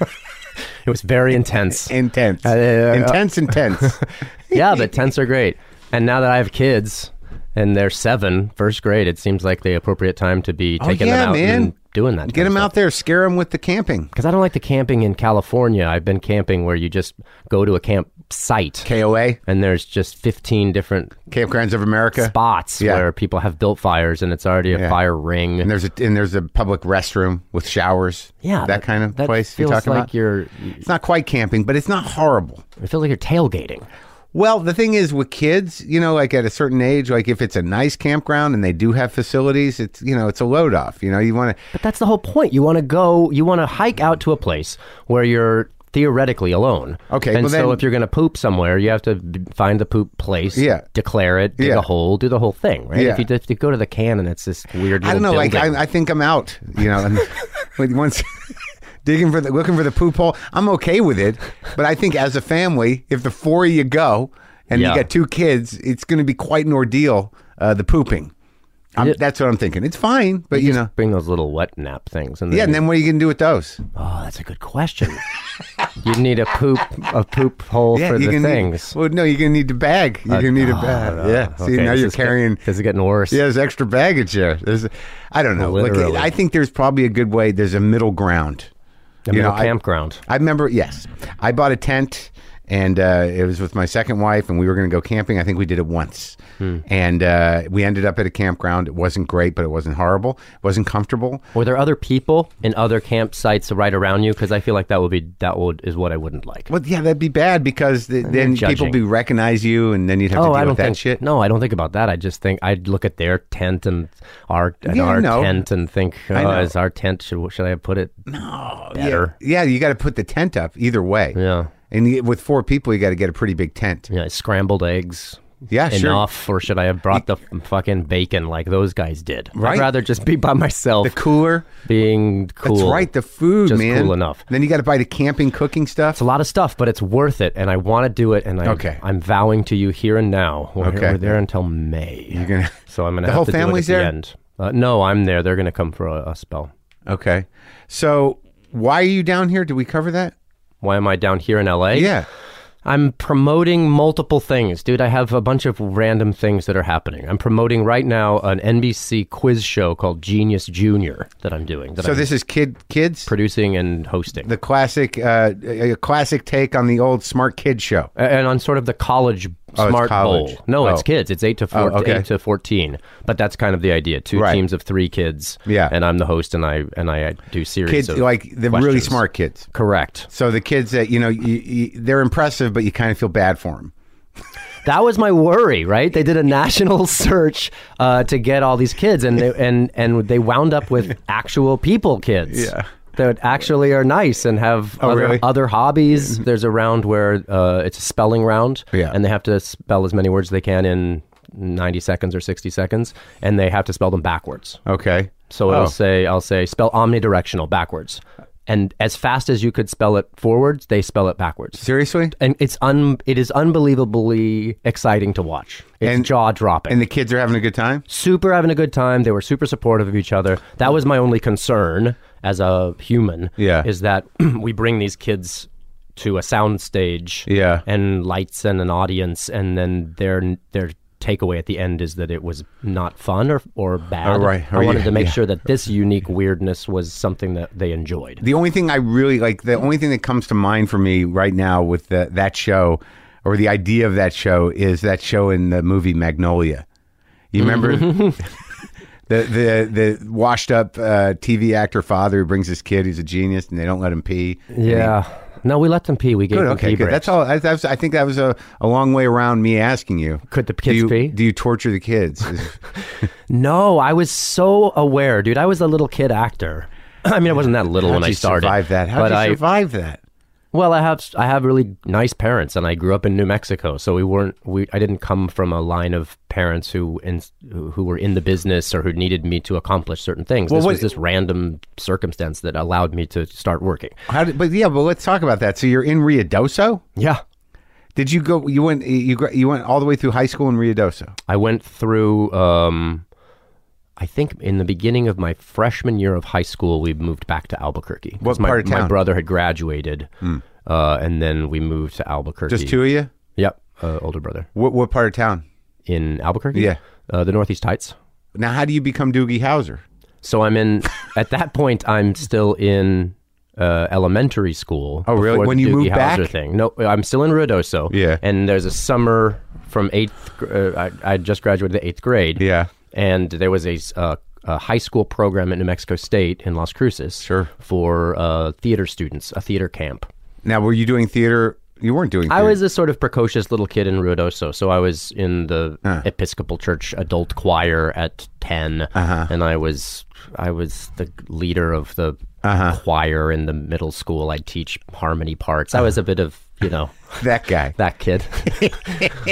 it was very intense.
Intense.
uh, uh,
intense, intense.
yeah, but tents are great. And now that I have kids and they're seven, first grade, it seems like the appropriate time to be taking
Oh, yeah,
them out
man.
and doing that.
Get him out there, scare him with the camping.
Because I don't like the camping in California. I've been camping where you just go to a camp site
KOA,
and there's just 15 different
Campgrounds of America.
spots
Yeah.
where people have built fires and it's already a
Yeah.
fire ring.
And there's a and there's a public restroom with showers.
yeah,
that, kind of
that
place
feels
you're talking
like
about.
You're,
it's not quite camping, but it's not horrible.
it feels like you're tailgating.
Well, the thing is with kids, you know, like at a certain age, like if it's a nice campground and they do have facilities, it's you know, it's a load off. You know, you want to
But that's the whole point. You want to go, you want to hike out to a place where you're theoretically alone.
Okay,
And
well
so
then-
if you're going to poop somewhere, you have to b- find the poop place,
Yeah.
declare it, dig
Yeah.
a hole, do the whole thing, right?
Yeah.
If, you, if you go to the can and it's this weird
I don't know.
little
Like
building.
I, I think I'm out. You know, and when- once digging for the looking for the poop hole, I'm okay with it. But I think as a family, if the four of you go and
Yeah.
you got two kids, it's going to be quite an ordeal. Uh, the pooping. I'm,
Yeah.
That's what I'm thinking. It's fine, but you, know,
Bring those little wet nap things. And
yeah. And then what are you going to do with those?
oh, that's a good question. you need a poop a poop hole
Yeah,
for the
you're gonna need-
things. Uh, oh,
well, no, you're going to need the bag. You're going to need a bag. yeah. See,
Okay,
now
this
you're
is get-
carrying.
this is getting worse.
Yeah, there's extra baggage there. There's, I don't know. Look,
Literally.
I think there's probably a good way. There's a middle ground.
I
you
mean,
know,
a
I-
campground.
I remember, yes, I bought a tent and uh, it was with my second wife, and we were going to go camping. I think we did it once,
Hmm.
and uh, we ended up at a campground. It wasn't great, but it wasn't horrible. It wasn't comfortable.
Were there other people in other campsites right around you? Because I feel like that would be that would is what I wouldn't like.
Well, yeah, that'd be bad because th- then people
judging.
be recognize you, and then you'd have to
oh,
deal
I don't
with that
think
shit.
no, I don't think about that. I just think I'd look at their tent and our and
Yeah, I
our
know.
tent and think oh,
know.
is our tent should should I put it better?
Yeah, you got to put the tent up either way.
Yeah.
And you- with four people, you got to get a pretty big tent.
You know, scrambled eggs.
Yeah, sure.
enough, or should I have brought the f- fucking bacon like those guys did?
Right.
I'd rather just be by myself,
The cooler.
being cool.
That's right. The food,
Just
man.
cool enough.
Then you got to buy the camping cooking stuff.
It's a lot of stuff, but it's worth it, and I want to do it. And I,
Okay.
I'm vowing to you here and now. We're,
Okay.
we're there until May. You're
gonna-
so I'm gonna
The
have
whole
to do it at
family's there?
The end. Uh, no, I'm there. They're gonna come for a, a spell.
Okay. So why are you down here? Did we cover that?
Why am I down here in LA?
Yeah.
I'm promoting multiple things, dude. I have a bunch of random things that are happening. I'm promoting right now an NBC quiz show called Genius Junior that I'm doing. That
So
I'm
this is kid kids.
producing and hosting.
the classic, uh, a a classic take on the old smart kid show.
and on sort of the college
Oh, it's
smart
college.
bowl. No, it's
Oh.
kids. It's eight to four,
Oh, okay.
eight to fourteen. But that's kind of the idea. Two
Right.
teams of three kids.
Yeah.
and I'm the host, and I and I do series.
Kids
of
like the really
questions.
smart kids.
Correct.
So the kids that you know, you, you, they're impressive, but you kind of feel bad for them.
That was my worry, right? They did a national search uh, to get all these kids, and they, and and they wound up with actual people kids.
Yeah. Oh,
That actually are nice and have other,
really? Mm-hmm.
other hobbies. There's a round where uh, it's a spelling round,
Yeah.
and they have to spell as many words as they can in 90 seconds or 60 seconds, and they have to spell them backwards.
Okay.
So
Oh.
it'll say, I'll say, spell omnidirectional backwards, and as fast as you could spell it forwards, they spell it backwards
Seriously.
and it's un it is unbelievably exciting to watch. It's
And-
jaw dropping.
And the kids are having a good time.
super having a good time. They were super supportive of each other. That was my only concern as a human.
Yeah.
is that we bring these kids to a sound stage.
Yeah.
and lights and an audience, and then their their takeaway at the end is that it was not fun or or bad.
Oh, right. Oh,
I wanted
yeah,
to make
yeah.
sure that this unique weirdness was something that they enjoyed.
The only thing I really like, the only thing that comes to mind for me right now with the, that show or the idea of that show is that show in the movie Magnolia. You remember
Mm-hmm.
the, the the washed up uh, TV actor father who brings his kid who's a genius and they don't let him pee.
yeah. No, we let them pee. We gave
Good,
them
okay,
pee
good.
breaks.
That's all. I, that was, I think that was a, a long way around me asking you.
Could the
do
kids
you,
pee?
Do you torture the kids?
No, I was so aware, dude. I was a little kid actor. I mean, I wasn't that little
How'd
when I
you
started.
survive that? How
but
did you
I,
survive that?
well, I have I have really nice parents, and I grew up in New Mexico, so we weren't we. I didn't come from a line of parents who in, who were in the business or who needed me to accomplish certain things. this
what-
was this random circumstance that allowed me to start working.
How did, but yeah, but let's talk about that. So you're in Riadoso.
Yeah,
Did you go? You went. You gra- you went all the way through high school in Riadoso.
I went through. Um, I think in the beginning of my freshman year of high school, we moved back to Albuquerque. 'Cause
What
my,
part of
My
town? Hmm.
brother had graduated, uh, and then we moved to Albuquerque.
Just two of you.
Yep, uh, older brother
What what part of town?
in Albuquerque.
Yeah.
uh, the Northeast Heights.
Now, how do you become Doogie Howser?
So I'm in. at that point, I'm still in uh, elementary school.
Oh, really?
before
When
the
you
Doogie
moved
Howser
back?
Thing. No, I'm still in Ruidoso.
Yeah.
And there's a summer from eighth. gr- Uh, I, I just graduated the eighth grade.
Yeah.
And there was a, s- uh, a high school program at New Mexico State in Las Cruces.
Sure.
For uh, theater students, a theater camp.
Now, were you doing theater? You weren't doing.
I
theater.
was a sort of precocious little kid in Ruidoso, so I was in the Episcopal Church adult choir at 10
Uh-huh.
and I was I was the leader of the
Uh-huh.
choir in the middle school. I'd teach harmony parts.
Uh-huh.
I was a bit of you know
that guy.
that kid.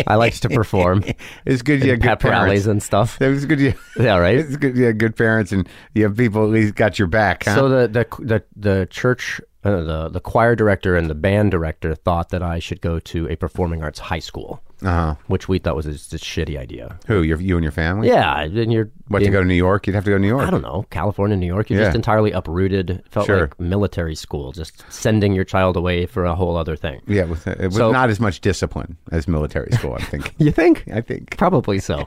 I liked to perform
It's good. You had good
pep rallies
parents.
and stuff.
It was good. You,
Yeah, right.
it's good. You had good parents, and you have people at least got your back. Huh?
So the the the, the church. Uh, the the choir director and the band director thought that I should go to a performing arts high school,
uh-huh.
which we thought was just a shitty idea.
Who? Your, you and your family?
Yeah, then you're
What to
being-
go to New York? You'd have to go to New York.
I don't know, California, New York. You're
Yeah.
just entirely uprooted. It Felt
Sure.
like military school, just sending your child away for a whole other thing.
Yeah, with, uh, with
So-
not as much discipline as military school. I'm thinking.
You think?
I think.
Probably so.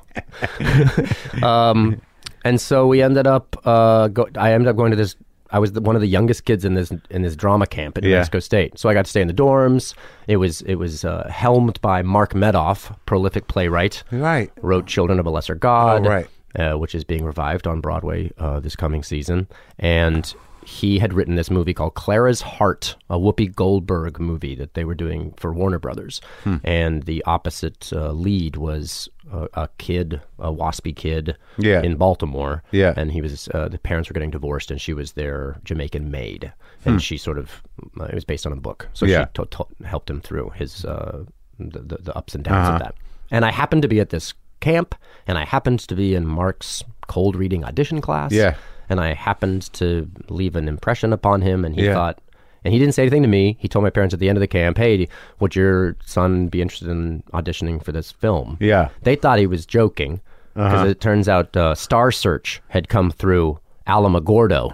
um, and so we ended up. Uh, go, I ended up going to this I was the, one of the youngest kids in this in this drama camp at New
Yeah.
Mexico State. So I got to stay in the dorms. It was it was uh, helmed by Mark Medoff, prolific playwright,
Right.
wrote Children of a Lesser God,
Oh, right.
uh, which is being revived on Broadway uh, this coming season, and. He had written this movie called Clara's Heart, a Whoopi Goldberg movie that they were doing for Warner Brothers.
Hmm.
And the opposite uh, lead was a, a kid, a waspy kid
Yeah.
in Baltimore.
Yeah.
And he was, uh, the parents were getting divorced and she was their Jamaican maid. And she sort of, uh, it was based on a book. So
Hmm. Yeah.
she to- to- helped him through his, uh, the, the, the ups and downs
Uh-huh.
of that. And I happened to be at this camp and I happened to be in Mark's cold reading audition class.
Yeah.
And I happened to leave an impression upon him and he
Yeah.
thought, and he didn't say anything to me. He told my parents at the end of the camp, "Hey, would your son be interested in auditioning for this film?"
Yeah.
They thought he was joking because it turns out uh, Star Search had come through Alamogordo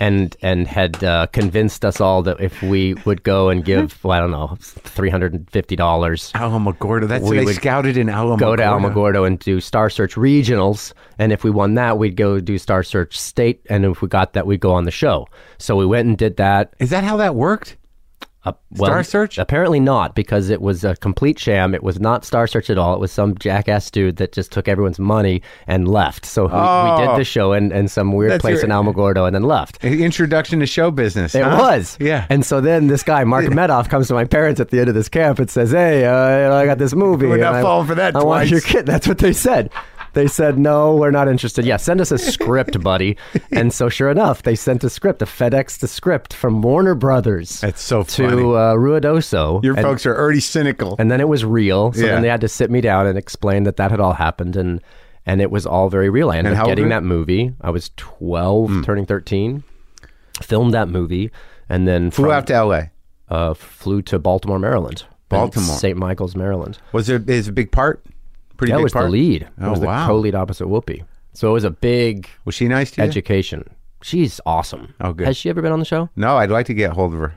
and and had uh, convinced us all that if we would go and give, well, I don't know, three hundred and fifty dollars,
Alamogordo. That's
We
they
would
scouted in Alamogordo.
go to Alamogordo and do Star Search regionals, and if we won that, we'd go do Star Search state, and if we got that, we'd go on the show. So we went and did that.
Is that how that worked?
Well,
Star Search?
Apparently not, because it was a complete sham. It was not Star Search at all. It was some jackass dude that just took everyone's money and left. So we, we did the show in, in some weird
Oh. That's
place
your-
in Alamogordo and then left.
The Introduction to show business.
It
huh?
was.
Yeah.
And so then this guy, Mark Medoff, comes to my parents at the end of this camp and says, Hey, uh, you know, I got this movie.
We're not
and I-
falling for that
I want
twice."
your kid. That's what they said. They said, No, we're not interested. Yeah, send us a script, buddy. and so sure enough, they sent a script, a FedEx the script from Warner Brothers.
That's so funny.
To uh, Ruidoso.
Your
And-
folks are already cynical.
and then it was real. So
Yeah.
then they had to sit me down and explain that that had all happened, and and it was all very real. I ended
And how
up
old
getting
were you? Hmm.
that movie. I was twelve, turning thirteen. Filmed that movie, and then
Flew
from-
out to L.A.
uh, flew to Baltimore, Maryland.
Baltimore.
St. Michael's, Maryland.
Was there is it a big part? Pretty
That
big
was
part.
the lead. That
Oh,
was the
wow.
co-lead opposite Whoopi. So it was a big
Was she nice to you?
education. She's awesome.
Oh, good.
Has she ever been on the show?
no, I'd like to get hold of her.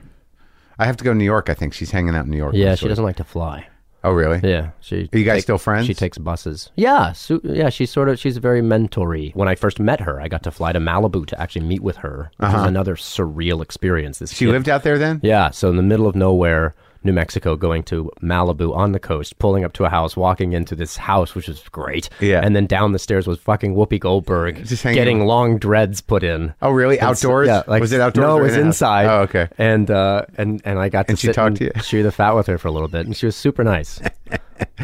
I have to go to New York. I think she's hanging out in New York.
Yeah,
this
she
week.
doesn't like to fly.
Oh, really?
Yeah, she.
Are you guys still friends?
She takes buses. Yeah, so, yeah. She's sort of she's very mentory. When I first met her, I got to fly to Malibu to actually meet with her, which was another surreal experience. This
Uh-huh. She
kid-
lived out there then.
Yeah, so in the middle of nowhere, New Mexico, going to Malibu on the coast, pulling up to a house, walking into this house, which was great.
Yeah.
and then down the stairs was fucking Whoopi Goldberg
Just hanging
getting long dreads put in.
Oh, really?
And so-
Outdoors?
yeah, like-
was it outdoors?
No,
or
it was
in a house?
inside.
Oh, okay.
And uh, and and I got to
And she
sit
talked to
and
you?
chew the fat with her for a little bit, and she was super nice.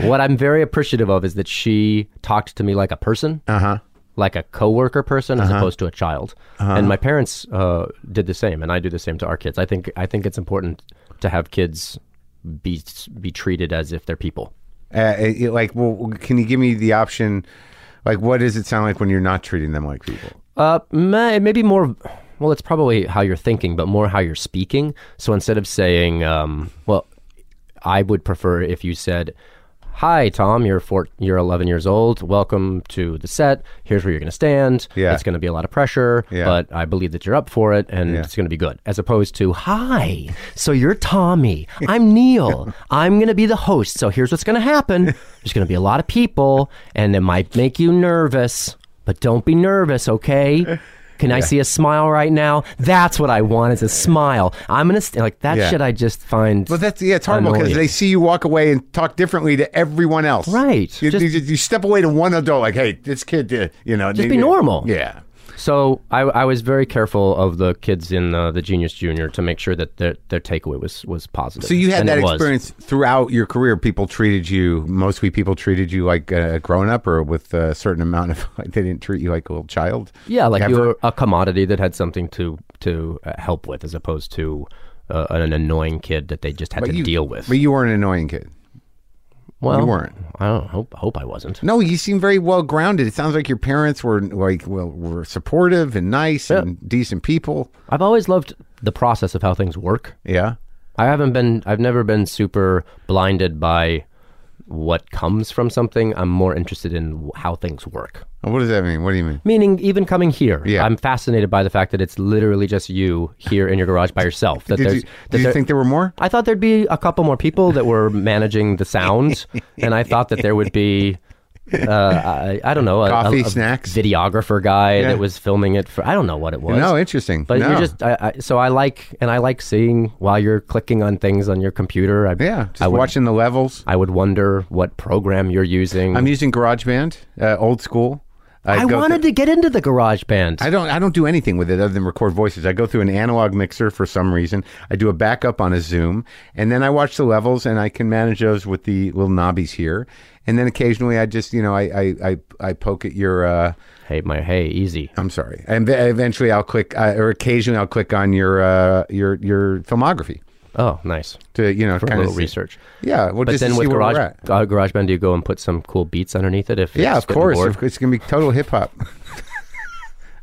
what I'm very appreciative of is that she talked to me like a person, uh-huh. like a coworker person,
Uh-huh.
as opposed to a child. And my parents uh, did the same, and I do the same to our kids. I think I think it's important to have kids be be treated as if they're people.
Uh, it- it- like, well, can you give me the option? Like, what does it sound like when you're not treating them like people?
Uh, may, maybe more. Well, it's probably how you're thinking, but more how you're speaking. So instead of saying, um, "Well, I would prefer if you said." Hi, Tom. You're four, you're 11 years old. Welcome to the set. Here's where you're going to stand.
Yeah.
It's going to be a lot of pressure,
Yeah.
but I believe that you're up for it and it's going to be good. As opposed to, hi, so you're Tommy. I'm Neil. I'm going to be the host. So here's what's going to happen there's going to be a lot of people and it might make you nervous, but don't be nervous, okay? Can I see a smile right now? That's what I want is a smile. I'm going to, st- like, that
Yeah.
shit I just find.
Well, that's yeah, it's horrible because
annoying.
they see you walk away and talk differently to everyone else.
Right.
You,
Just-
you- you step away to one adult, like, hey, this kid, uh, you know,
Just be normal.
Yeah.
So I, I was very careful of the kids in uh, the Genius Junior to make sure that their, their takeaway was was positive.
So you had
And
that
it was.
experience throughout your career. People treated you, mostly people treated you like a grown up or with a certain amount of, like, they didn't treat you like a little child.
Yeah, like you
Ever?
were a commodity that had something to to uh, help with, as opposed to uh, an annoying kid that they just had to
you,
deal with.
But you were an annoying kid.
well,
you weren't.
I don't hope hope I wasn't.
No, you seem very well grounded. It sounds like your parents were like well were supportive and nice and decent people.
I've always loved the process of how things work.
Yeah.
I haven't been. I've never been super blinded by what comes from something. I'm more interested in how things work.
What does that mean? What do you mean?
Meaning, even coming here,
Yeah.
I'm fascinated by the fact that it's literally just you here in your garage by yourself. That
Did
there's,
you,
that
did you
there-
think there were more?
I thought there'd be a couple more people that were managing the sound, and I thought that there would be uh, I, I don't know, a,
Coffee,
a- a
snacks?
videographer guy
Yeah.
that was filming it for. I don't know what it was.
No, interesting.
But
no.
you're just I, I, so I like and I like seeing while you're clicking on things on your computer. I,
yeah, just
I would,
watching the levels.
I would wonder what program you're using.
I'm using GarageBand, uh, old school.
I
go
wanted to get into the garage band.
I don't. I don't do anything with it other than record voices. I go through an analog mixer for some reason. I do a backup on a Zoom, and then I watch the levels, and I can manage those with the little knobbies here. And then occasionally, I just you know, I I I, I poke at your. Uh,
hey, my hey, easy.
I'm sorry, and ve- eventually I'll click, uh, or occasionally I'll click on your uh, your your filmography
Oh, nice.
to you know
A
kind
little
of
research.
Yeah, well,
But
just
then
to
with
see where
garage
we're at.
uh, garage band, do you go and put some cool beats underneath it? If
Yeah,
it's
of
getting
course.
bored?
Of course, It's gonna be total hip hop.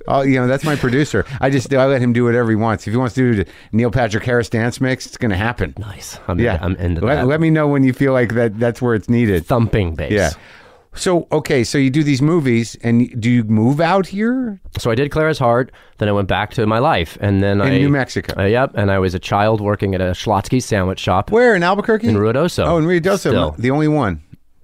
Oh, you know that's my producer. I just I let him do whatever he wants. If he wants to do the Neil Patrick Harris dance mix, it's gonna happen.
Nice. I'm,
Yeah,
I'm into
let,
that.
Let me know when you feel like that. That's where it's needed.
Thumping bass.
Yeah. So okay, so you do these movies, and do you move out here
So I did Clara's Heart, then I went back to my life, and
in
then I
New Mexico?
Uh, yep, and I was a child working at a Schlotsky sandwich shop.
Where in Albuquerque?
In Ruidoso.
Oh, in Ruidoso,
Still.
the only one.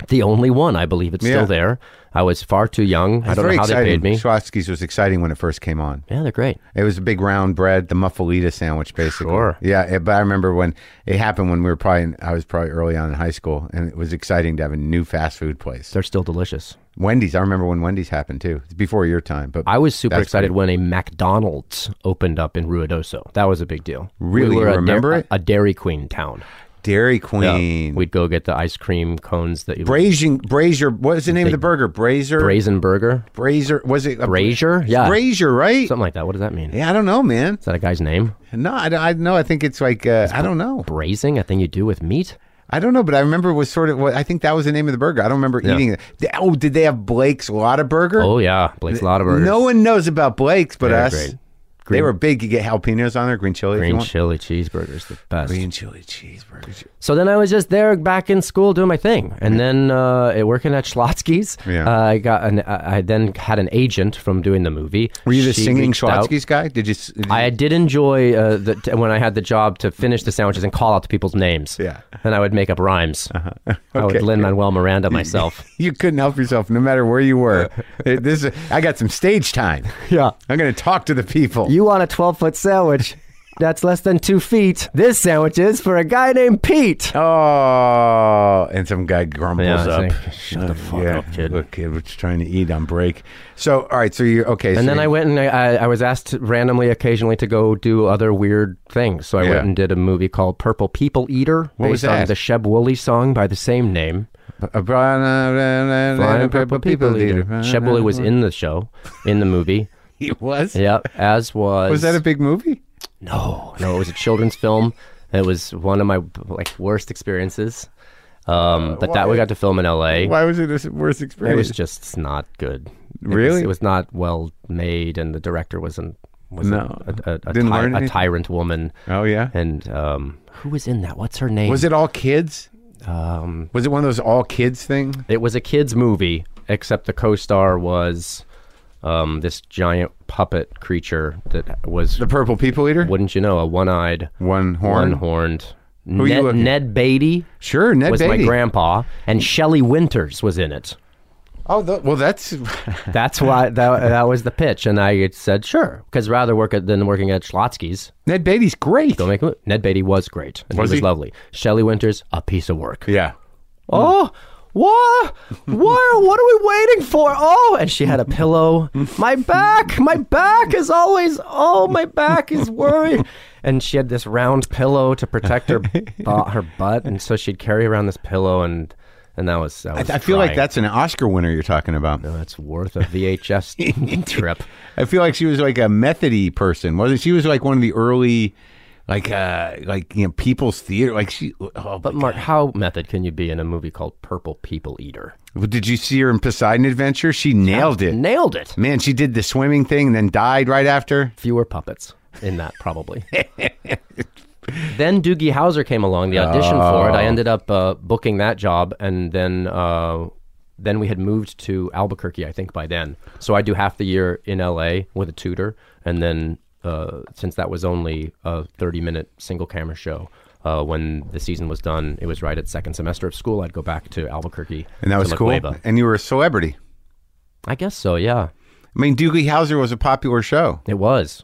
The only one, I believe, it's
Yeah.
still there. I was far too young. I
It's
don't
very
know how
exciting.
they paid me.
Schwatsky's was exciting when it first came on.
Yeah, they're great.
It was a big round bread, the muffalita sandwich, basically.
Sure.
Yeah, eh, but I remember when it happened when we were probably in- I was probably early on in high school, and it was exciting to have a new fast food place.
They're still delicious.
Wendy's. I remember when Wendy's happened too. It's before your time, but
I was super
That's
excited when a McDonald's opened up in Ruidoso. That was a big deal.
Really? You
a
remember
Dai-
it?
A Dairy Queen town.
Dairy
Yeah.
Queen.
We'd go get the ice cream cones that you
Brazier, Brazier, what was the name of the burger? Brazier,
Brazen Burger,
Brazier, was it a-
Brazier? Yeah.
Brazier, right?
something like that. What does that mean? Is
yeah, I don't know, man.
that a guy's name?
No, I don't I know. I think it's like uh, I don't know.
Brazing, a thing you do with meat?
I don't know, but I remember it was sort of what I think that was the name of the burger. I don't remember eating it. Th- Oh, did they have Blake's Lotta Burger?
Oh yeah, Blake's Lauderburger.
No one knows about Blake's but
They're
us.
great.
They were big. You get jalapenos on there, green chili. if you
green
want.
chili cheeseburgers, the best.
green chili cheeseburgers.
So then I was just there back in school doing my thing, and then uh, eh, working at Schlotsky's.
Yeah.
Uh, I got an. I I then had an agent from doing the movie.
Were you the
She
singing
reached out.
Schlotsky's guy? Did you? s- Did you
I did enjoy uh, the, t- when I had the job to finish the sandwiches and call out to people's names.
Yeah. Uh-huh.
And I would make up rhymes. I
Okay.
would Lin Manuel Miranda myself.
you couldn't help yourself, no matter where you were. It- this is- I got some stage time.
yeah.
I'm going to talk to the people.
You want a 12 foot sandwich? That's less than two feet. This sandwich is for a guy named Pete.
Oh, and some guy grumbles
Yeah,
up.
it's like, "Shut the fuck
yeah,
up, kid."
Look, kid, we're just trying to eat on break. So, all right, so you're okay. so
And then
you-
I went and I, I, I was asked randomly, occasionally, to go do other weird things. So I
Yeah.
went and did a movie called Purple People Eater,
What
based
was
on
that?
the Sheb Woolley song by the same name.
A brown, uh, brown, uh,
Flying
brown
Purple People, Eater. Sheb Woolley was in the show, in the movie.
He was.
Yep, as was.
Was that a big movie?
No, no, it was a children's film. It was one of my like worst experiences. Um, but that we got to film in L.A.
Uh, Why was it the worst
It was
experience?
just not good. It was-
Really?
it was not well made, and the director wasn't. Was
No.
a, a, a,
Didn't
ty-
learn
a
anything?
tyrant woman.
oh yeah.
And um, who was in that? What's her name?
Was it all kids?
Um,
Was it one of those all kids thing?
it was a kids' movie, except the co-star was um, this giant puppet creature that was,
The purple people eater.
wouldn't you know, a one-eyed,
One horn.
one-horned.
you
Ned,
looking-
Ned Beatty
Sure, Ned
was
Beatty.
my grandpa, and Shelley Winters was in it.
oh, th- well, that's
That's why that, that was the pitch, and I had said sure because rather work at, than working at Schlotsky's.
Ned Beatty's great.
Don't make a move. Ned Beatty was great. And
Was
he was
he?
lovely. Shelley Winters, a piece of work.
Yeah.
Oh, what? What? What are we waiting for? Oh, and she had a pillow. My back, my back is always. Oh, my back is worried. And she had this round pillow to protect her bu- her butt, and so she'd carry around this pillow, and and that was. That
I,
was
I feel like
trying.
that's an Oscar winner you're talking about.
That's worth a VHS trip.
I feel like she was like a Methody person. Wasn't she? Was like one of the early, like, uh like you know, people's theater. Like she. Oh,
But Mark, how method can you be in a movie called Purple People Eater?
but did you see her in Poseidon Adventure? She nailed it.
Nailed it.
Man, she did the swimming thing and then died right after.
fewer puppets in that probably. then Doogie Howser came along, the audition for it.
Oh.
I ended up uh, booking that job, and then uh, then we had moved to Albuquerque, I think, by then. So I do half the year in L.A. with a tutor, and then uh, since that was only a thirty-minute single-camera show, uh, when the season was done, it was right at second semester of school. I'd go back to Albuquerque,
And that
to
was
La
cool.
Cueva.
And you were a celebrity.
I guess so. Yeah,
I mean, Doogie Howser was a popular show,
it was.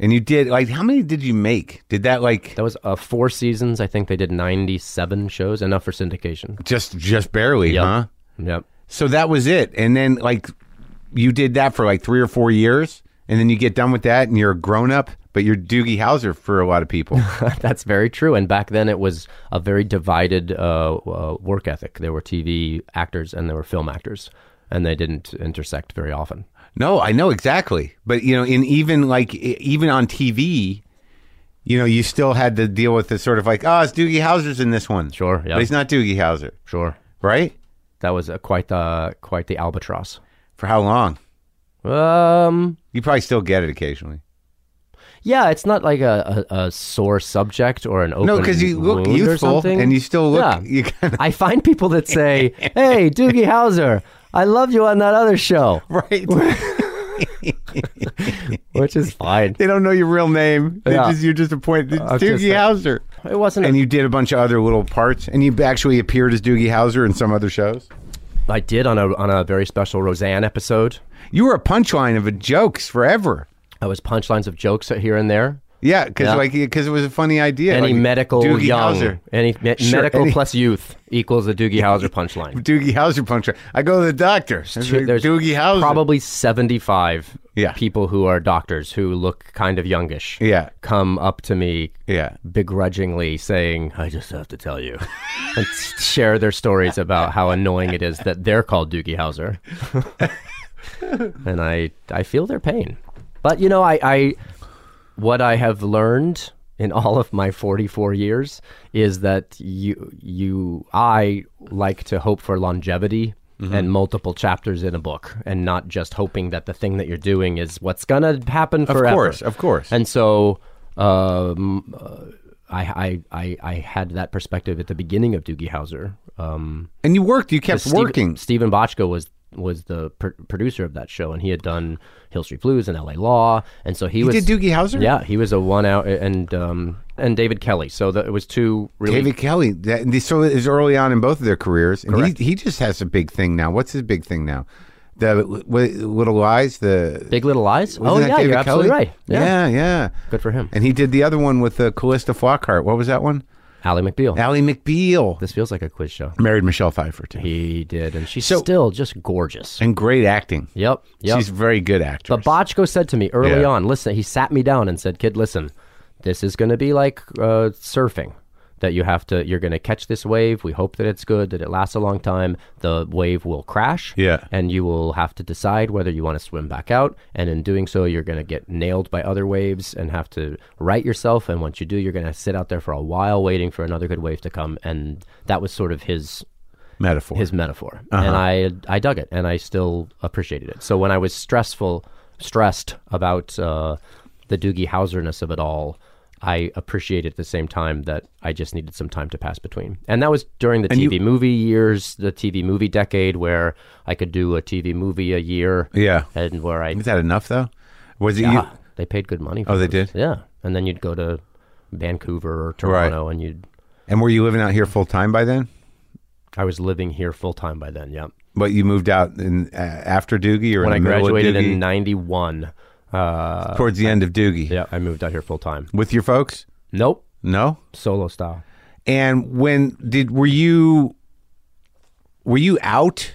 and you did like how many did you make? Did that like
That was uh, four seasons. I think they did ninety-seven shows, enough for syndication.
just just barely,
Yep.
huh?
Yep.
So that was it, and then like you did that for like three or four years, and then you get done with that, and you're a grown up, but you're Doogie Howser for a lot of people.
That's very true. And back then, it was a very divided uh, uh, work ethic. There were TV actors and there were film actors, and they didn't intersect very often.
No, I know exactly. But you know, in even like e- even on TV, you know, you still had to deal with the sort of like, oh, it's Doogie Howser's in this one.
Sure, yeah.
But he's not Doogie Howser,
Sure,
right?
that was uh, quite the quite the albatross.
For how long?
Um,
You probably still get it occasionally.
yeah, it's not like a, a, a sore subject or an open
No, because you look
wound or
youthful
something.
and you still look
Yeah.
you kind of
I find people that say, "Hey, Doogie Howser, I love you on that other show,"
right.
which is fine.
they don't know your real name. They
Yeah.
just, you're just appointed it's
I've just-
Doogie Howser.
It wasn't.
And you did a bunch of other little parts, and you actually appeared as Doogie Howser in some other shows.
I did on a on a very special Roseanne episode.
You were a punchline of a jokes forever.
I was punchlines of jokes here and there.
Yeah, because
Yeah.
like because it was a funny idea.
Any
like,
medical
Doogie
young,
Howser,
any me-
Sure,
medical
any-
plus youth equals a Doogie Howser punchline.
Doogie Howser puncture. I go to the doctor. It's like,
There's
Doogie Howser.
Probably seventy-five
Yeah.
people who are doctors who look kind of youngish.
Yeah.
come up to me
Yeah.
begrudgingly saying, "I just have to tell you," and s- share their stories about how annoying it is that they're called Doogie Howser. and I, I feel their pain, but you know, I, I, what I have learned in all of my 44 years is that you, you, I like to hope for longevity.
Mm-hmm.
And multiple chapters in a book, and not just hoping that the thing that you're doing is what's gonna happen
Of
forever.
course, of course.
And so um, uh, I, I, I, I had that perspective at the beginning of Doogie Howser. Um,
And you worked. You kept
Steve-
working.
Steven Bochco was was the pr- producer of that show, and he had done Hill Street Blues and L.A. Law, and so he, was
did Doogie Howser?
Yeah, he was a one out and um, and David Kelly. So the, it was two really
David Kelly. That, and so is early on in both of their careers, and he, he just has a big thing now. What's his big thing now? The w- Little Lies. The
Big Little Lies.
wasn't
oh
that
yeah,
David
you're absolutely
Kelly?
right. Yeah.
yeah, yeah.
good for him.
And he did the other one with uh, Callista Flockhart. What was that one?
Ally McBeal.
Ally McBeal.
This feels like a quiz show.
Married Michelle Pfeiffer too,
He did, and she's still just gorgeous.
and great acting.
Yep, yep.
She's a very good actress.
But Bochco said to me early
Yeah.
on, listen, he sat me down and said, kid, listen, this is going to be like uh, surfing that you have to, you're going to catch this wave. We hope that it's good, that it lasts a long time. The wave will crash.
Yeah.
And you will have to decide whether you want to swim back out. And in doing so, you're going to get nailed by other waves and have to right yourself. And once you do, you're going to sit out there for a while waiting for another good wave to come. And that was sort of his
metaphor.
his metaphor,
Uh-huh.
and I I dug it, and I still appreciated it. So when I was stressful, stressed about uh, the Doogie Howserness of it all, I appreciated at the same time that I just needed some time to pass between, and that was during the TV movie years, the TV movie decade, where I could do a TV movie a year,
yeah.
and where I
Is that enough though? Was it you?
ah, they paid good money. For
Oh, they
those.
did?
yeah, and then you'd go to Vancouver or Toronto, and you'd.
And were you living out here full time by then?
I was living here full time by then. Yeah.
But you moved out in, uh, after Doogie, or
when I
in the middle of
graduated
Doogie?
in '91. Uh,
towards the end of Doogie
yeah, I moved out here full time.
with your folks.
Nope,
No.
solo style.
And when did were you? Were you out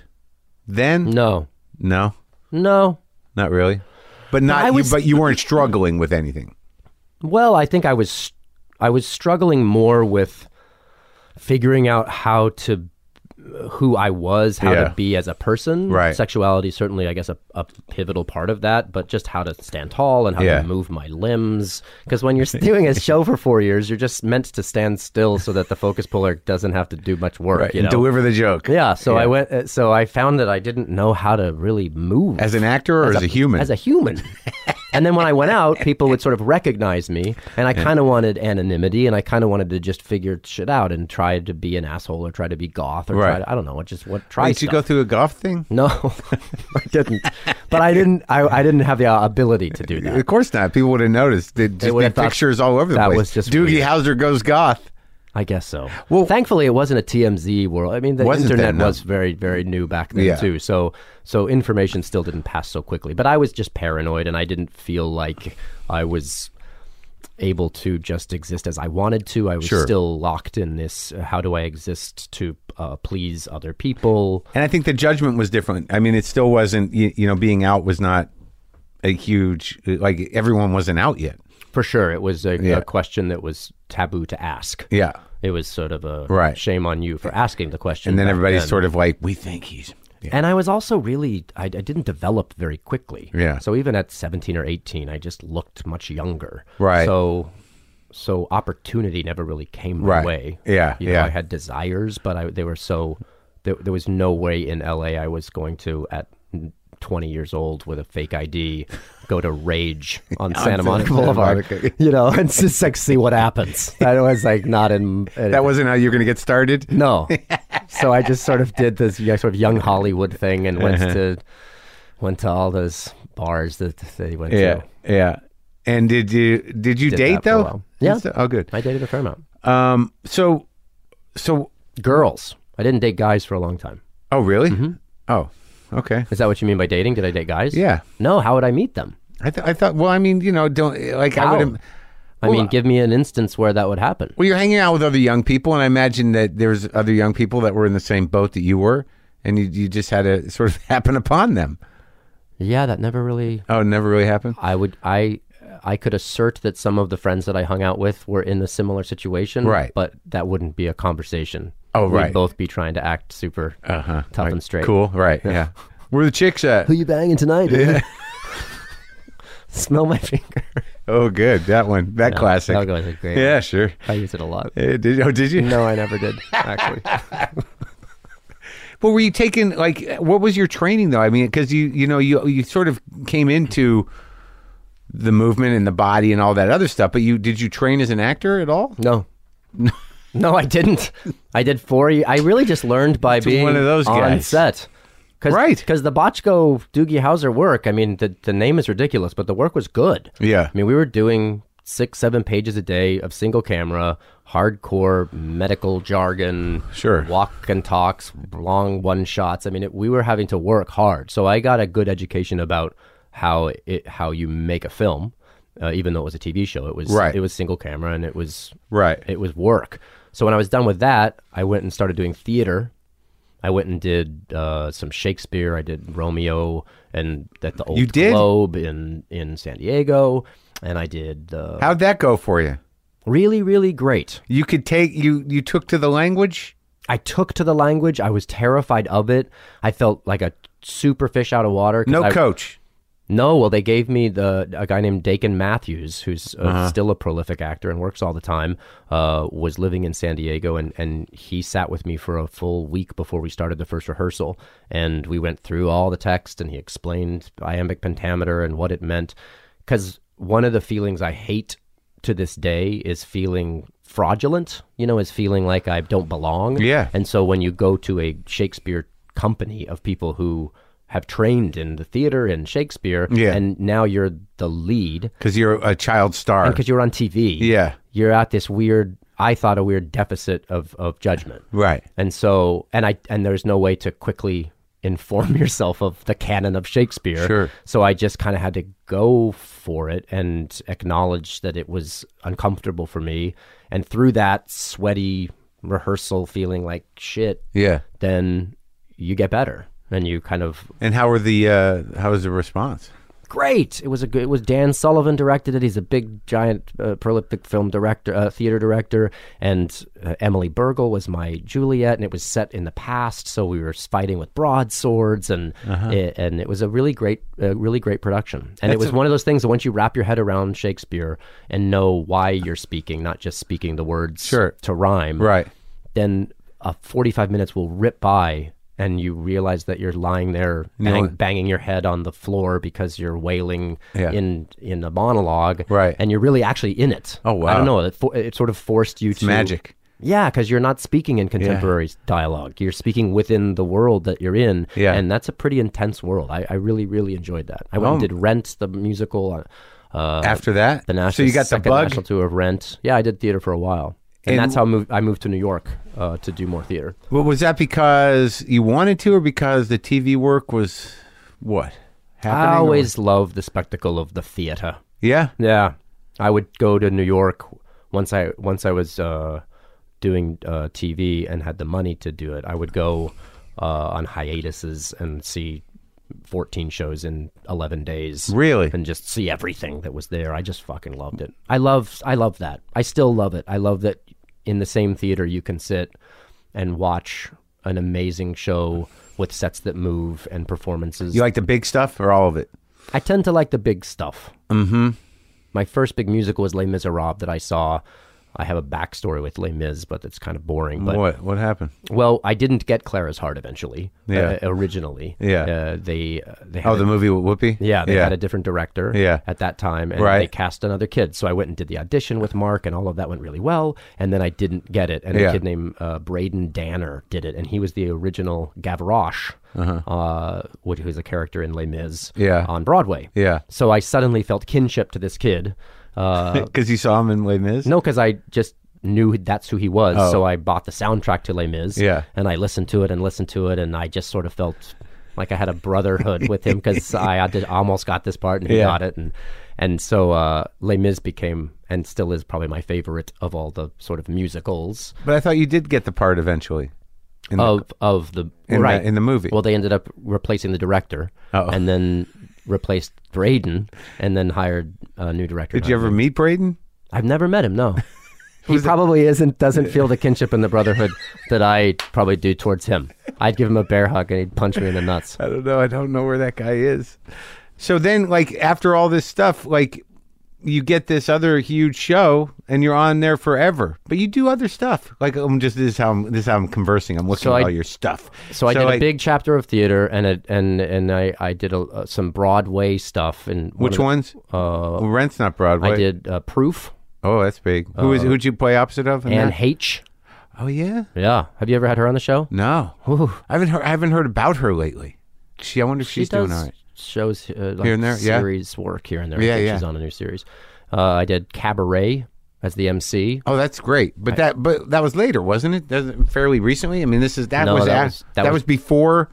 then?
No,
No,
no.
not really. But
I
not.
was-
you, but you weren't struggling with anything.
Well, I think I was, I was struggling more with figuring out how to, uh, who I was, how
Yeah.
to be as a person.
Right.
Sexuality certainly, I guess, a, a pivotal part of that, but just how to stand tall and how
Yeah.
to move my limbs. Because when you're doing a show for four years, you're just meant to stand still so that the focus puller doesn't have to do much work. You know.
Deliver the joke
yeah, so I went. uh, So I found that I didn't know how to really move
as an actor or as, a, human.
as a human. and then when I went out, people would sort of recognize me, and I kind of wanted anonymity, and I kind of wanted to just figure shit out and try to be an asshole or try to be goth or
Right.
try to, I don't know, what just what try
did you
stuff.
go through a golf thing?
no, I didn't. But I didn't. I, I didn't have the uh, ability to do that.
Of course not. People would have noticed. There'd just
would
be
have thought
pictures all over the
that
place.
was just
Doogie
weird.
Howser goes goth.
I guess so. Well, thankfully, it wasn't a TMZ world. I mean, the
Wasn't
internet
then, no.
was very, very new back then
Yeah.
too. So, so information still didn't pass so quickly. But I was just paranoid, and I didn't feel like I was able to just exist as I wanted to. I was
Sure.
still locked in this. uh, How do I exist to uh, please other people?
And I think the judgment was different. I mean, it still wasn't, you, you know, being out was not a huge, like, everyone wasn't out yet.
For sure, it was a,
Yeah.
a question that was taboo to ask.
Yeah.
It was sort of a
Right.
shame on you for asking the question.
And then
back
everybody's
then.
sort of like, we think he's. Yeah.
And I was also really, I, I didn't develop very quickly.
Yeah.
So even at 17 or 18, I just looked much younger.
Right.
So, so opportunity never really came my
Right.
way.
Yeah,
You know,
yeah.
I had desires, but I, they were so, there, there was no way in LA I was going to, at 20 years old with a fake ID, go to Rage on Santa Monica
Santa
Boulevard,
Monica.
you know, and just like see what happens. I was like not in,
That wasn't how you were going to get started.
no. so I just sort of did this yeah, sort of young Hollywood thing and
Uh-huh.
went to went to all those bars that they went
Yeah.
to.
Yeah. And did you did you
Did
date
that for a
though?
while. Yeah.
And stu- Oh, good.
I dated a fair amount.
Um. So, so.
Girls. I didn't date guys for a long time.
Oh, really?
Mm-hmm.
Oh, okay.
Is that what you mean by dating? Did I date guys?
Yeah.
No, how would I meet them?
I, th- I thought. Well, I mean, you know, don't like I
How?
would.
I
uh
mean, give me an instance where that would happen.
Well, you're hanging out with other young people, and I imagine that there's other young people that were in the same boat that you were, and you, you just had to sort of happen upon them.
Yeah, that never really
Oh, it never really happened.
I would I I could assert that some of the friends that I hung out with were in a similar situation,
Right.
But that wouldn't be a conversation.
Oh, right. Uh-huh.
We'd both be trying to act super tough and straight.
Cool. Right. Yeah. Where the chicks at?
Who you banging tonight? dude? Smell my finger.
Oh, good. That one. That classic.
That was a great.
Yeah. Sure.
I use it a lot.
Eh, did, oh, did you?
No, I never did actually.
But were you taking like what was your training though? I mean, because you you know you you sort of came into the movement and the body and all that other stuff. But you did you train as an actor at all?
No. No, I didn't. I did four. ye- I really just learned by being
one of those
on
guys.
set. Cause,
Right.
Because the Botchko Doogie Howser work, I mean, the, the name is ridiculous, but the work was good.
Yeah.
I mean, we were doing six, seven pages a day of single camera, hardcore medical jargon,
Sure.
walk and talks, long one shots. I mean, it, we were having to work hard. So I got a good education about how it, how you make a film. Uh, even though it was a TV show, it was
Right.
it was single camera and it was
Right.
it was work. So when I was done with that, I went and started doing theater. I went and did uh, some Shakespeare. I did Romeo and at the old
You did?
Globe in in San Diego, and I did uh,
How'd that go for you?
really really great.
You could take you you took to the language.
I took to the language. I was terrified of it. I felt like a super fish out of water. 'cause
No
I-
coach.
No, well, they gave me the a guy named Dakin Matthews, who's uh, still a prolific actor and works all the time. Uh, was living in San Diego, and and he sat with me for a full week before we started the first rehearsal, and we went through all the text, and he explained iambic pentameter and what it meant. Because one of the feelings I hate to this day is feeling fraudulent. You know, is feeling like I don't belong.
Yeah.
And so when you go to a Shakespeare company of people who have trained in the theater and Shakespeare,
Yeah.
and now you're the lead
Because you're a child star.
because you're on TV,
Yeah.
you're at this weird, I thought a weird deficit of, of judgment.
Right.
And so, and I, and there's no way to quickly inform yourself of the canon of Shakespeare.
Sure.
So I just kind of had to go for it and acknowledge that it was uncomfortable for me. And through that sweaty rehearsal, feeling like shit,
Yeah.
then you get better and you kind of
And how were the uh how was the response?
great it was a good it was dan sullivan directed it he's a big giant uh, prolific film director uh, theater director and uh, emily burgle was my juliet and it was set in the past so we were fighting with broadswords and it, and it was a really great uh, really great production and it was one of those things that once you wrap your head around shakespeare and know why you're speaking not just speaking the words
Sure.
to rhyme
Right.
then uh, 45 minutes will rip by and you realize that you're lying there bang, banging your head on the floor because you're wailing
Yeah.
in in a monologue
Right.
and you're really actually in it
Oh, wow.
i don't know it, for, it sort of forced you to
magic.
yeah because you're not speaking in contemporary dialogue you're speaking within the world that you're in
Yeah.
and that's a pretty intense world i, I really really enjoyed that i went and
Oh.
did rent the musical uh,
After that,
the national
so you got the
second
bug.
national tour of rent yeah i did theater for a while and,
And-
that's how I moved, I moved to New York uh, to do more theater.
Well, was that because you wanted to, or because the TV work was what happening?
I
or-
always loved the spectacle of the theater.
yeah.
Yeah, I would go to New York once I once I was uh, doing uh, TV and had the money to do it. I would go uh, on hiatuses and see fourteen shows in eleven days.
Really?
and just see everything that was there. I just fucking loved it. I love I love that. I still love it. I love that in the same theater you can sit and watch an amazing show with sets that move and performances.
You like the big stuff or all of it?
I tend to like the big stuff. Mm-hmm. My first big musical was Les Miserables that I saw. I have a backstory with Les Mis, but it's kind of boring. But
what What happened?
well, I didn't get Clara's Heart eventually.
Yeah.
Uh, originally.
Yeah.
Uh, they uh, they had
Oh, the movie with Whoopi.
yeah, they
yeah.
had a different director
Yeah.
at that time, and
Right.
they cast another kid. So I went and did the audition with Mark, and all of that went really well. And then I didn't get it, and
Yeah.
a kid named uh, Braden Danner did it, and he was the original Gavroche, uh, which was a character in Les Mis
Uh-huh. Yeah.
on Broadway.
Yeah.
So I suddenly felt kinship to this kid. Uh,
Because you saw him in Les Mis.
no, because I just knew that's who he was. So I bought the soundtrack to Les Mis.
Oh. Yeah.
And I listened to it and listened to it, and I just sort of felt like I had a brotherhood with him because I had to- almost got this part and he
Yeah.
got it, and and so uh, Les Mis became and still is probably my favorite of all the sort of musicals
but I thought you did get the part eventually. In the-
of of the
in
right
the, in the movie.
Well, they ended up replacing the director, and then replaced Braden, and then hired a new director.
did you ever meet Braden?
I've never met him. No, he probably is isn't. Doesn't feel the kinship and the brotherhood that I probably do towards him. I'd give him a bear hug and he'd punch me in the nuts.
I don't know. I don't know where that guy is. So then, like after all this stuff, like you get this other huge show, and you're on there forever. But you do other stuff. Like I'm just this is how I'm, this is how I'm conversing. I'm looking
So
at
I-
all your stuff.
So I did a big chapter of theater and a, and and I I did a, uh, some Broadway stuff and one
Which
of the-
ones? Uh, Rent's not Broadway.
I did uh, Proof
Oh, that's big. Who is who'd you play opposite of? in
and
that? Mm,
H.
oh yeah.
Yeah, have you ever had her on the show?
No, I haven't heard. I haven't heard about her lately. She, I wonder if
She
she's
does
doing all right.
shows uh, like
Here and there, yeah.
series work here and there. I
Yeah,
think
yeah.
She's on a new series. Uh, I did Cabaret as the MC.
Oh, that's great. But that, but that was later, wasn't it? Doesn't fairly recently. I mean, this is that
No,
was
that
af-
was-
that,
that
was,
was-
before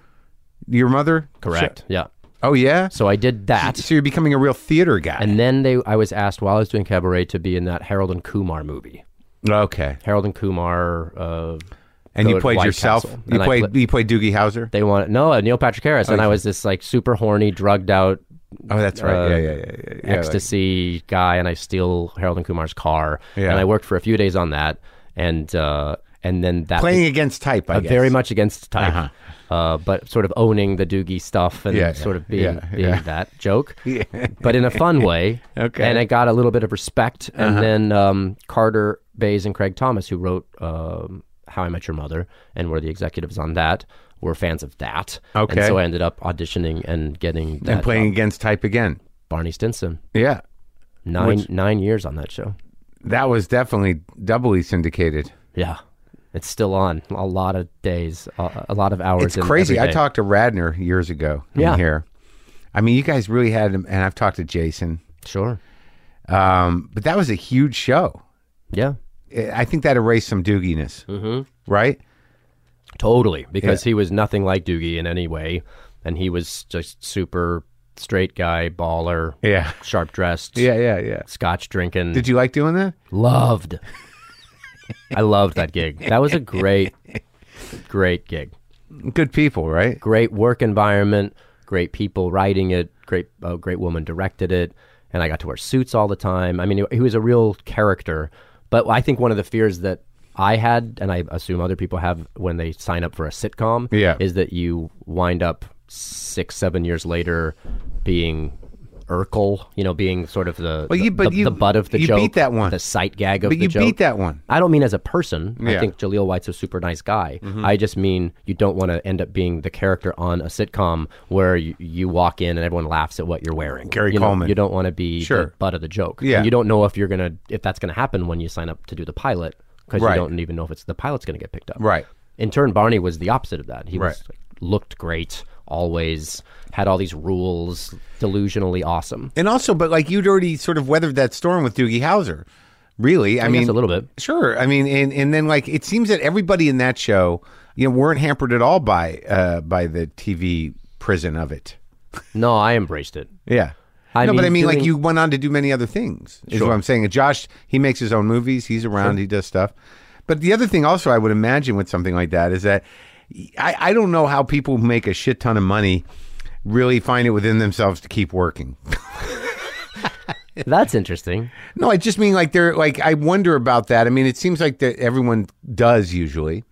your mother.
Correct. Yeah.
Oh yeah.
So I did that.
So you're becoming a real theater guy.
And then they, I was asked while I was doing cabaret to be in that Harold and Kumar movie.
okay.
Harold and Kumar. Uh,
And
go
you
to
played
White
yourself.
Castle.
You
And I
played.
pla-
you played Doogie Howser.
they want no uh, Neil Patrick Harris, and I was this like super horny, drugged out
Oh, that's right.
uh,
yeah, yeah, yeah, yeah, yeah.
ecstasy guy, and I steal Harold and Kumar's car.
Yeah.
And I worked for a few days on that, and uh, and then that
Playing against type. I
uh,
guess.
very much against type, uh, but sort of owning the Doogie stuff and
Uh-huh. Yeah,
sort of
yeah,
being,
yeah,
being
yeah.
that joke, but in a fun way.
Okay. Uh-huh.
And I got a little bit of respect. And then um, Carter Bays and Craig Thomas, who wrote um, How I Met Your Mother and were the executives on that, were fans of that.
Okay.
And so I ended up auditioning and getting that
and playing
job.
against type again.
Barney Stinson.
Yeah.
Nine nine years on that show.
That was definitely doubly syndicated.
Yeah. It's still on a lot of days, a, a lot of hours.
It's
in
crazy.
every
I
day.
talked to Radner years ago in
Yeah.
here. I mean, you guys really had him, and I've talked to Jason.
Sure.
Um, but that was a huge show.
Yeah.
I I think that erased some dooginess, right?
Totally, because he was nothing like Doogie in any way, and he was just super straight guy, baller,
Yeah,
sharp dressed,
yeah, yeah, yeah.
scotch drinking.
Did you like doing that?
Loved. I loved that gig. That was a great, great gig.
Good people, right?
Great work environment. Great people writing it. Great, a great woman directed it, and I got to wear suits all the time. I mean, he was a real character. But I think one of the fears that I had, and I assume other people have when they sign up for a sitcom,
Yeah.
is that you wind up six, seven years later being Urkel, you know, being sort of the
Well, you-
the,
but
the-
you-
the butt of the
you
joke,
beat that one.
the sight gag of
But
the
you
joke.
beat that one.
I don't mean as a person.
Yeah. Mm-hmm.
I think Jaleel White's a super nice guy. I just mean you don't want to end up being the character on a sitcom where you, you walk in and everyone laughs at what you're wearing.
Gary
you know,
Coleman.
you don't want to be
Sure.
the butt of the joke.
Yeah.
And you don't know if you're gonna if that's gonna happen when you sign up to do the pilot because
Right.
you don't even know if it's the pilot's gonna get picked up.
Right.
In turn, Barney was the opposite of that. He
Right.
was like, looked great, always had all these rules, delusionally awesome.
And also, but like you'd already sort of weathered that storm with Doogie Howser, Really, I,
guess
mean
a little bit.
Sure, I mean, and and then like it seems that everybody in that show, you know, weren't hampered at all by uh by the TV prison of it.
No, I embraced it.
Yeah.
I
no, but
mean,
I mean, like
doing-
you went on to do many other things. Is what I'm saying. And Josh, he makes his own movies. He's around. He does stuff. But the other thing, also, I would imagine with something like that is that I, I don't know how people who make a shit ton of money really find it within themselves to keep working.
That's interesting.
no, I just mean like they're like I wonder about that. I mean, it seems like that everyone does usually.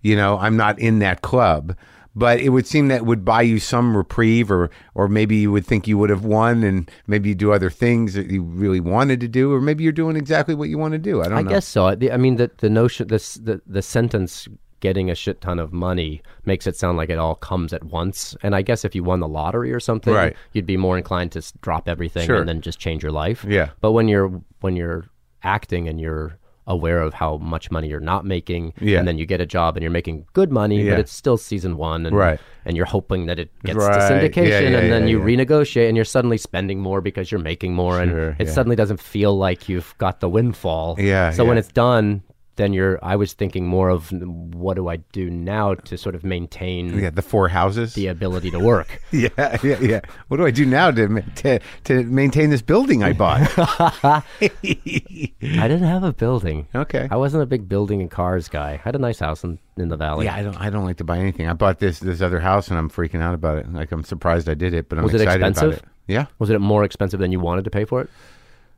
You know, I'm not in that club, but it would seem that would buy you some reprieve, or or maybe you would think you would have won, and maybe you do other things that you really wanted to do, or maybe you're doing exactly what you want to do. I don't
I
know.
guess so. I, the, I mean, the the notion, this the the sentence getting a shit ton of money makes it sound like it all comes at once. And I guess if you won the lottery or something,
Right.
you'd be more inclined to s- drop everything
Sure.
and then just change your life.
Yeah.
But when you're when you're acting and you're aware of how much money you're not making,
Yeah.
and then you get a job and you're making good money,
Yeah.
but it's still season one, and
Right.
and you're hoping that it gets
Right.
to
Yeah,
syndication,
yeah,
and
yeah,
then you
yeah.
renegotiate, and you're suddenly spending more because you're making more,
Sure,
and it
yeah.
suddenly doesn't feel like you've got the windfall.
Yeah,
So when
yeah.
it's done, then you're. I was thinking more of n- what do I do now to sort of maintain
Yeah, the four houses.
the ability to work.
Yeah, yeah, yeah. What do I do now to ma- to, to maintain this building I bought?
I didn't have a building.
Okay.
I wasn't a big building and cars guy. I had a nice house in, in the valley.
Yeah, I don't. I don't like to buy anything. I bought this this other house, and I'm freaking out about it. Like I'm surprised I did it, but I'm
Was it
excited about
expensive?
it. Yeah.
Was it more expensive than you wanted to pay for it?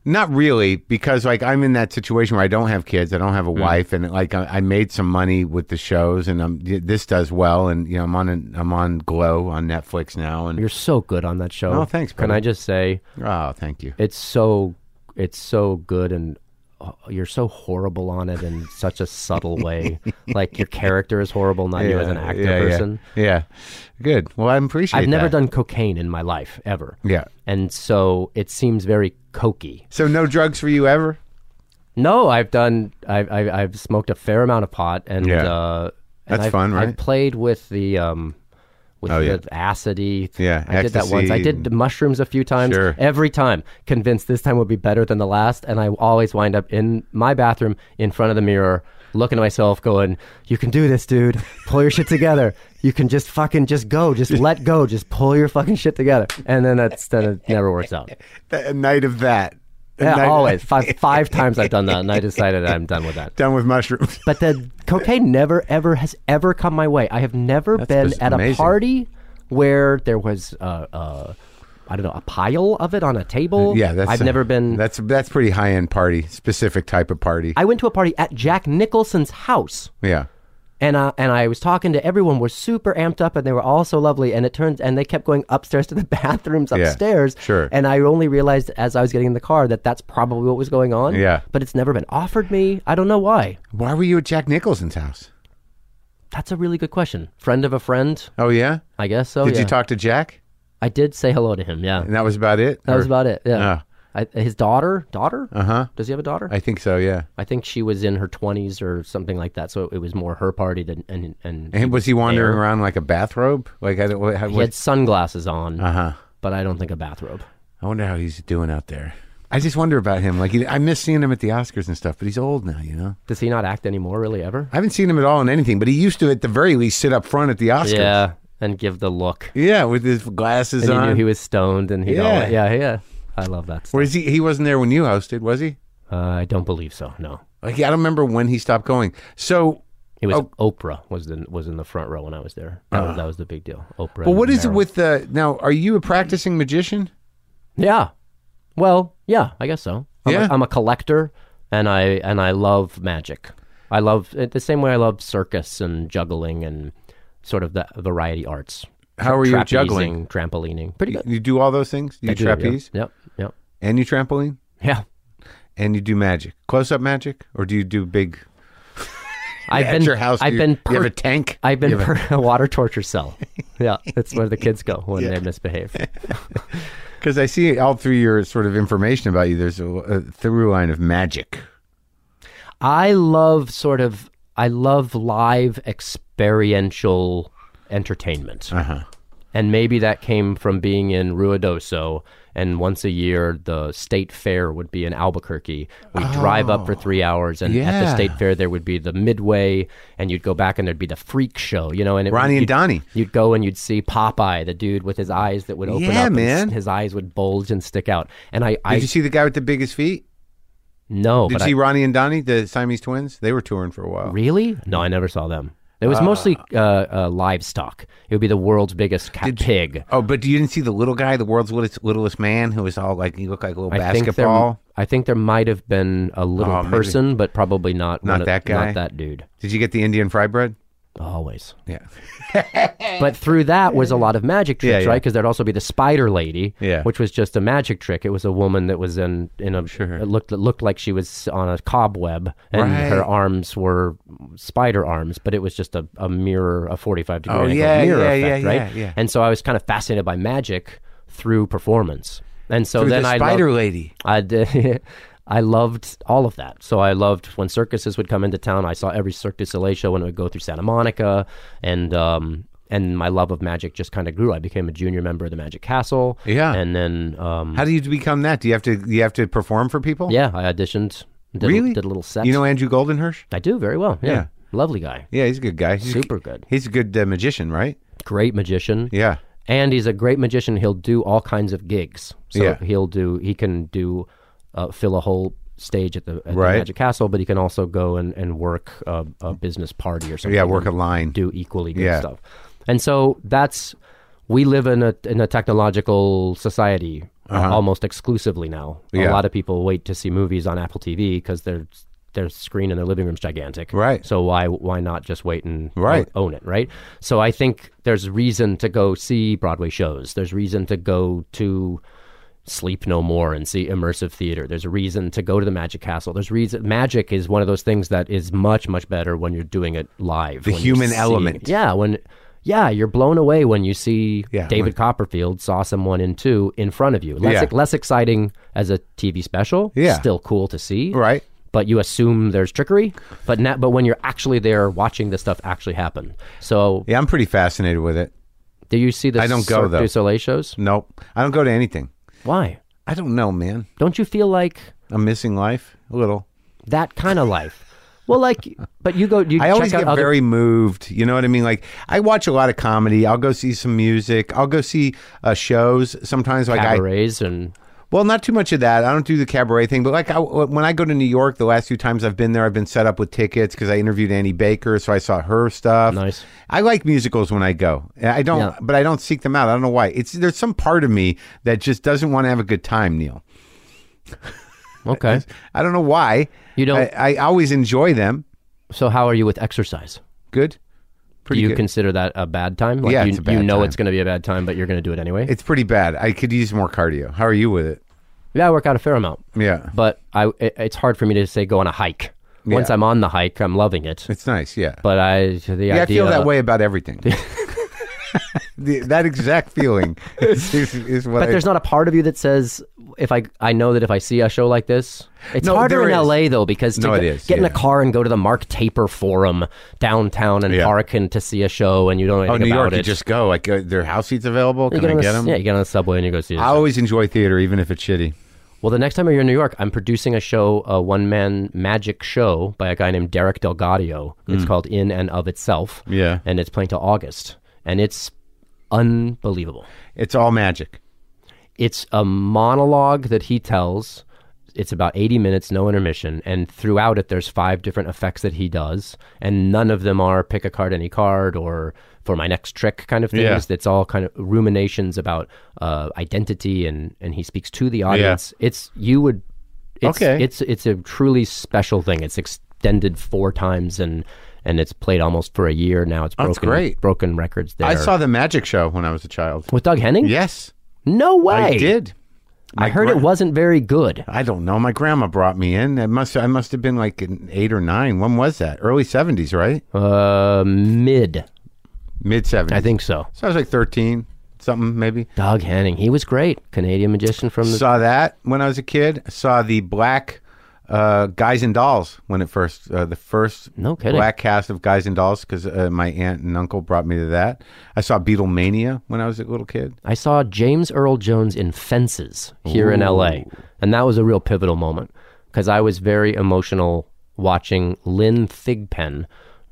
Not really, because like I'm in that situation where I don't have kids, I don't have a
Hmm.
wife, and like I, I made some money with the shows, and I'm, this does well, and you know I'm on an, I'm on Glow on Netflix now, and
You're so good on that show.
Oh, thanks,
Can
brother.
I just say
oh, thank you.
it's so it's so good and uh, you're so horrible on it in such a subtle way. like your character is horrible, not you as an
Yeah,
actor
yeah, yeah.
person.
Yeah, good. Well, I appreciate.
I've never
that.
done cocaine in my life ever.
Yeah.
And so it seems very cokey.
So no drugs for you ever.
No, I've done. I've I've, I've smoked a fair amount of pot, and
Yeah.
uh, and
That's
I've,
fun, right?
I've played with the um, with
Oh,
the
yeah.
acidy.
Yeah,
I did that once. I
ecstasy
did the mushrooms a few times.
Sure.
Every time, convinced this time would be better than the last, and I always wind up in my bathroom in front of the mirror, looking at myself, going, "You can do this, dude. Pull your shit together." You can just fucking just go, just let go, just pull your fucking shit together, and then that's then it never works out.
A night of that. A
Yeah,
night-
always five five times I've done that, and I decided I'm done with that.
Done with mushrooms.
But the cocaine never ever has ever come my way. I have never been
just
at
amazing.
a party where there was uh, uh, I don't know a pile of it on a table.
yeah, that's.
I've never been.
That's that's pretty high end party, specific type of party.
I went to a party at Jack Nicholson's house.
yeah.
And uh, and I was talking to everyone. We're super amped up, and they were all so lovely. And it turns and they kept going upstairs to the bathrooms
Yeah,
upstairs.
sure.
And I only realized as I was getting in the car that that's probably what was going on.
Yeah.
But it's never been offered me. I don't know why.
Why were you at Jack Nicholson's house?
That's a really good question. Friend of a friend,
Oh yeah.
I guess so.
Did you
yeah.
talk to Jack?
I did say hello to him. Yeah,
And that was about it.
that was about it.
Yeah. Uh-huh.
Yeah, I, his daughter, daughter. Uh huh. Does he have a daughter? I,
I think so. Yeah.
think she was in her twenties or something like that. So it was more her party than and and
And was he wandering
There.
around like a bathrobe? Like I don't. What, how-
he had
what,
sunglasses on,
uh-huh.
but I don't think a bathrobe.
I wonder how he's doing out there. I just wonder about him. Like he, I miss seeing him at the Oscars and stuff, but he's old now. You know.
Does he not act anymore? Really, ever?
I haven't seen him at all in anything, but he used to at the very least sit up front at the Oscars.
Yeah, and give the look.
Yeah, with his glasses
And you
on.
knew he was stoned, and he
Yeah.
yeah, yeah, yeah. I love that. Stuff.
or is he? He wasn't there when you hosted, was he?
Uh, I don't believe so. No,
Like I don't remember when he stopped going. So
it was
Oh.
Oprah was in was in the front row when I was there. That, was, that was the big deal. Oprah.
Uh-huh. But
and
what is it
Marilyn.
with the now? Are you a practicing magician?
Yeah. Well, yeah, I guess so. I'm,
Yeah.
a, I'm a collector, and I and I love magic. I love it the same way I love circus and juggling and sort of the variety arts.
How are you at Oh, juggling?
Trapezing, Trampolining, pretty good.
You do all those things. You
I do, yeah.
trapeze
Yep, yep,
and you trampoline
yeah.
and you do magic, close up magic, or do you do big?
I've
at
been
your house. do
I've
you,
been
you have a
per-
tank.
I've been per- a water torture cell. Yeah, that's where the kids go when they misbehave.
Because I see all through your sort of information about you. There's a, a through line of magic.
I love sort of I love live experiential entertainment. and maybe that came from being in Ruidoso. And once a year, the state fair would be in Albuquerque. We'd drive up for three hours, and at the
Oh, yeah.
state fair, there would be the midway, and you'd go back, and there'd be the freak show, you know. And it,
Ronnie and
you'd-
Donnie.
You'd go and you'd see Popeye, the dude with his eyes that would open
Yeah,
up, and s-
man.
his eyes would bulge and stick out. And I, I
Did you see the guy with the biggest feet?
no,
Did
but
you
I-
see Ronnie and Donnie, the Siamese twins? They were touring for a while.
Really? No, I never saw them. It was mostly uh, uh, livestock. It would be the world's biggest ca- pig.
Oh, but you didn't see the little guy, the world's littlest, littlest man, who was all like he looked like a little
I think
basketball.
there. I think there might have been a little
Oh, maybe.
person, but probably not.
Not
one of-
that guy?
Not that dude.
Did you get the Indian fry bread?
Always.
Yeah.
But through that was a lot of magic tricks,
Yeah,
right?
yeah.
right? Because there'd also be the spider lady,
Yeah.
which was just a magic trick. It was a woman that was in in a it looked it looked like she was on a cobweb, and
Right.
her arms were spider arms, but it was just a, a mirror, a forty five degree
Oh,
angle
yeah,
mirror
yeah,
effect,
yeah,
right?
yeah, yeah.
And so I was kind of fascinated by magic through performance, and so
Through
then
the
I
spider
loved-
lady.
I did. I loved all of that. So I loved when circuses would come into town. I saw every Cirque du Soleil show when it would go through Santa Monica, and um, and my love of magic just kind of grew. I became a junior member of the Magic Castle.
Yeah.
and then um,
How do you become that? Do you have to? Do you have to perform for people?
yeah, I auditioned. Did, a-
Really?
did a little set.
You know Andrew Goldenhirsch?
I do very well. Yeah,
Yeah.
lovely guy,
Yeah, he's a good guy. He's a-
Super good.
He's a good uh, magician, right?
great magician.
Yeah.
and he's a great magician. He'll do all kinds of gigs. So
Yeah.
he'll do. He can do uh, fill a whole stage at the, at
Right.
the Magic Castle, but he can also go and and work a, a business party or something.
Yeah, work a
and
line.
Do equally good
Yeah.
stuff. And so that's we live in a in a technological society uh, almost exclusively now.
Uh-huh. Yeah.
A lot of people wait to see movies on Apple TV because their their screen in their living room's gigantic.
Right.
So why why not just wait and
Right.
own it, right? So I think there's reason to go see Broadway shows. There's reason to go to Sleep No More and see immersive theater. There's a reason to go to the Magic Castle. There's reason magic is one of those things that is much much better when you're doing it live. The
human element.
Yeah, when yeah, you're blown away when you see
Yeah,
David Copperfield saw someone in two in front of you. Less e,
Yeah.
less exciting as a TV special.
Yeah.
still cool to see
Right.
but you assume there's trickery. But na- but when you're actually there watching this stuff actually happen, so
Yeah, I'm pretty fascinated with it.
do you see the
I don't go,
Cirque
though.
du Soleil shows?
Nope. I don't go to anything.
Why
I don't know, man.
don't you feel like
I'm missing life a little.
that kind of life? Well, like, but you go. You
I
check
always
out
get
other-
very moved. You know what I mean? Like I watch a lot of comedy. I'll go see some music. I'll go see uh, shows sometimes. Like I,
cabarets and
well, not too much of that. I don't do the cabaret thing, but like I, when I go to New York, the last few times I've been there, I've been set up with tickets because I interviewed Annie Baker, so I saw her stuff.
Nice.
I like musicals when I go. I don't,
Yeah.
but I don't seek them out. I don't know why. It's there's some part of me that just doesn't want to have a good time, Neil.
okay.
I don't know why.
You don't-
I, I always enjoy them.
So how are you with exercise?
Good. Pretty
do you
good.
consider that a bad time? Like
Yeah,
you,
it's a bad
you know
time.
it's going to be a bad time, but you're going to do it anyway.
It's pretty bad. I could use more cardio. How are you with it?
yeah, I work out a fair amount.
Yeah.
but I it, it's hard for me to say go on a hike. Once I'm on the hike, I'm loving it.
It's nice, yeah.
But I the
yeah,
idea
I feel that way about everything. The- that exact feeling is, is, is what
But
I,
there's not a part of you that says if I I know that if I see a show like this, it's
No,
harder
there
in
is.
LA though because to
No, it
g-
is,
get in a
yeah.
car and go to the Mark Taper Forum downtown in
Yeah.
Parkin to see a show and you don't know
Oh,
anything
New
about
York,
it.
you just go. Like, uh, there are house seats available.
You
Can I
on
get
the,
them?
Yeah, you get on the subway and you go see it.
I always enjoy theater, even if it's shitty.
Well, the next time you're in New York, I'm producing a show, a one man magic show by a guy named Derek Delgadio. It's called In and of Itself.
Yeah.
And it's playing till August. And it's unbelievable.
It's all magic.
It's a monologue that he tells. It's about 80 minutes, no intermission. And throughout it, there's five different effects that he does. And none of them are pick a card, any card, or for my next trick kind of things.
Yeah.
It's all kind of ruminations about uh, identity. And, and he speaks to the audience. It's, you would, it's,
Okay.
it's, it's a truly special thing. It's extended four times and, and it's played almost for a year now. It's broken,
Oh, great.
broken records there.
I saw the magic show when I was a child.
with Doug Henning?
Yes,
No way.
I did.
I heard it wasn't very good.
I don't know. My grandma brought me in. It must. I must have been like in eight or nine. When was that? Early seventies, right?
Uh, mid,
Mid
I
seventies.
think so.
So I was like thirteen, something maybe.
Doug Henning, he was great, Canadian magician from the.
Saw that when I was a kid. Saw the black uh, Guys and Dolls when it first uh, the first
No kidding.
black cast of Guys and Dolls because uh, my aunt and uncle brought me to that. I saw Beatlemania when I was a little kid.
I saw James Earl Jones in Fences here in LA, and that was a real pivotal moment because I was very emotional watching Lynn Thigpen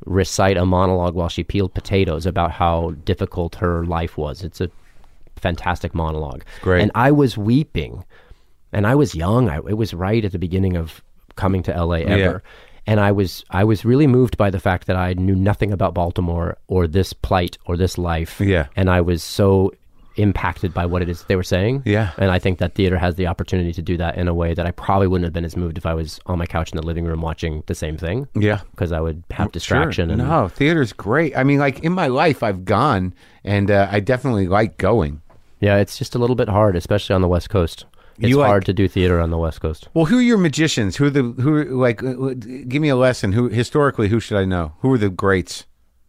recite a monologue while she peeled potatoes about how difficult her life was. It's a fantastic monologue.
great.
And I was weeping, and I was young. I, it was right at the beginning of coming to LA ever. And I was I was really moved by the fact that I knew nothing about Baltimore or this plight or this life
Yeah.
and I was so impacted by what it is they were saying.
Yeah.
And I think that theater has the opportunity to do that in a way that I probably wouldn't have been as moved if I was on my couch in the living room watching the same thing.
Yeah.
Because I would have distraction. And
No, theater's great. I mean, like in my life, I've gone, and uh, I definitely like going.
yeah, it's just a little bit hard, especially on the West Coast. It's
You like-
hard to do theater on the West Coast.
Well, who are your magicians? Who are the who? Are, like, uh, uh, give me a lesson. Who historically? Who should I know? Who are the greats?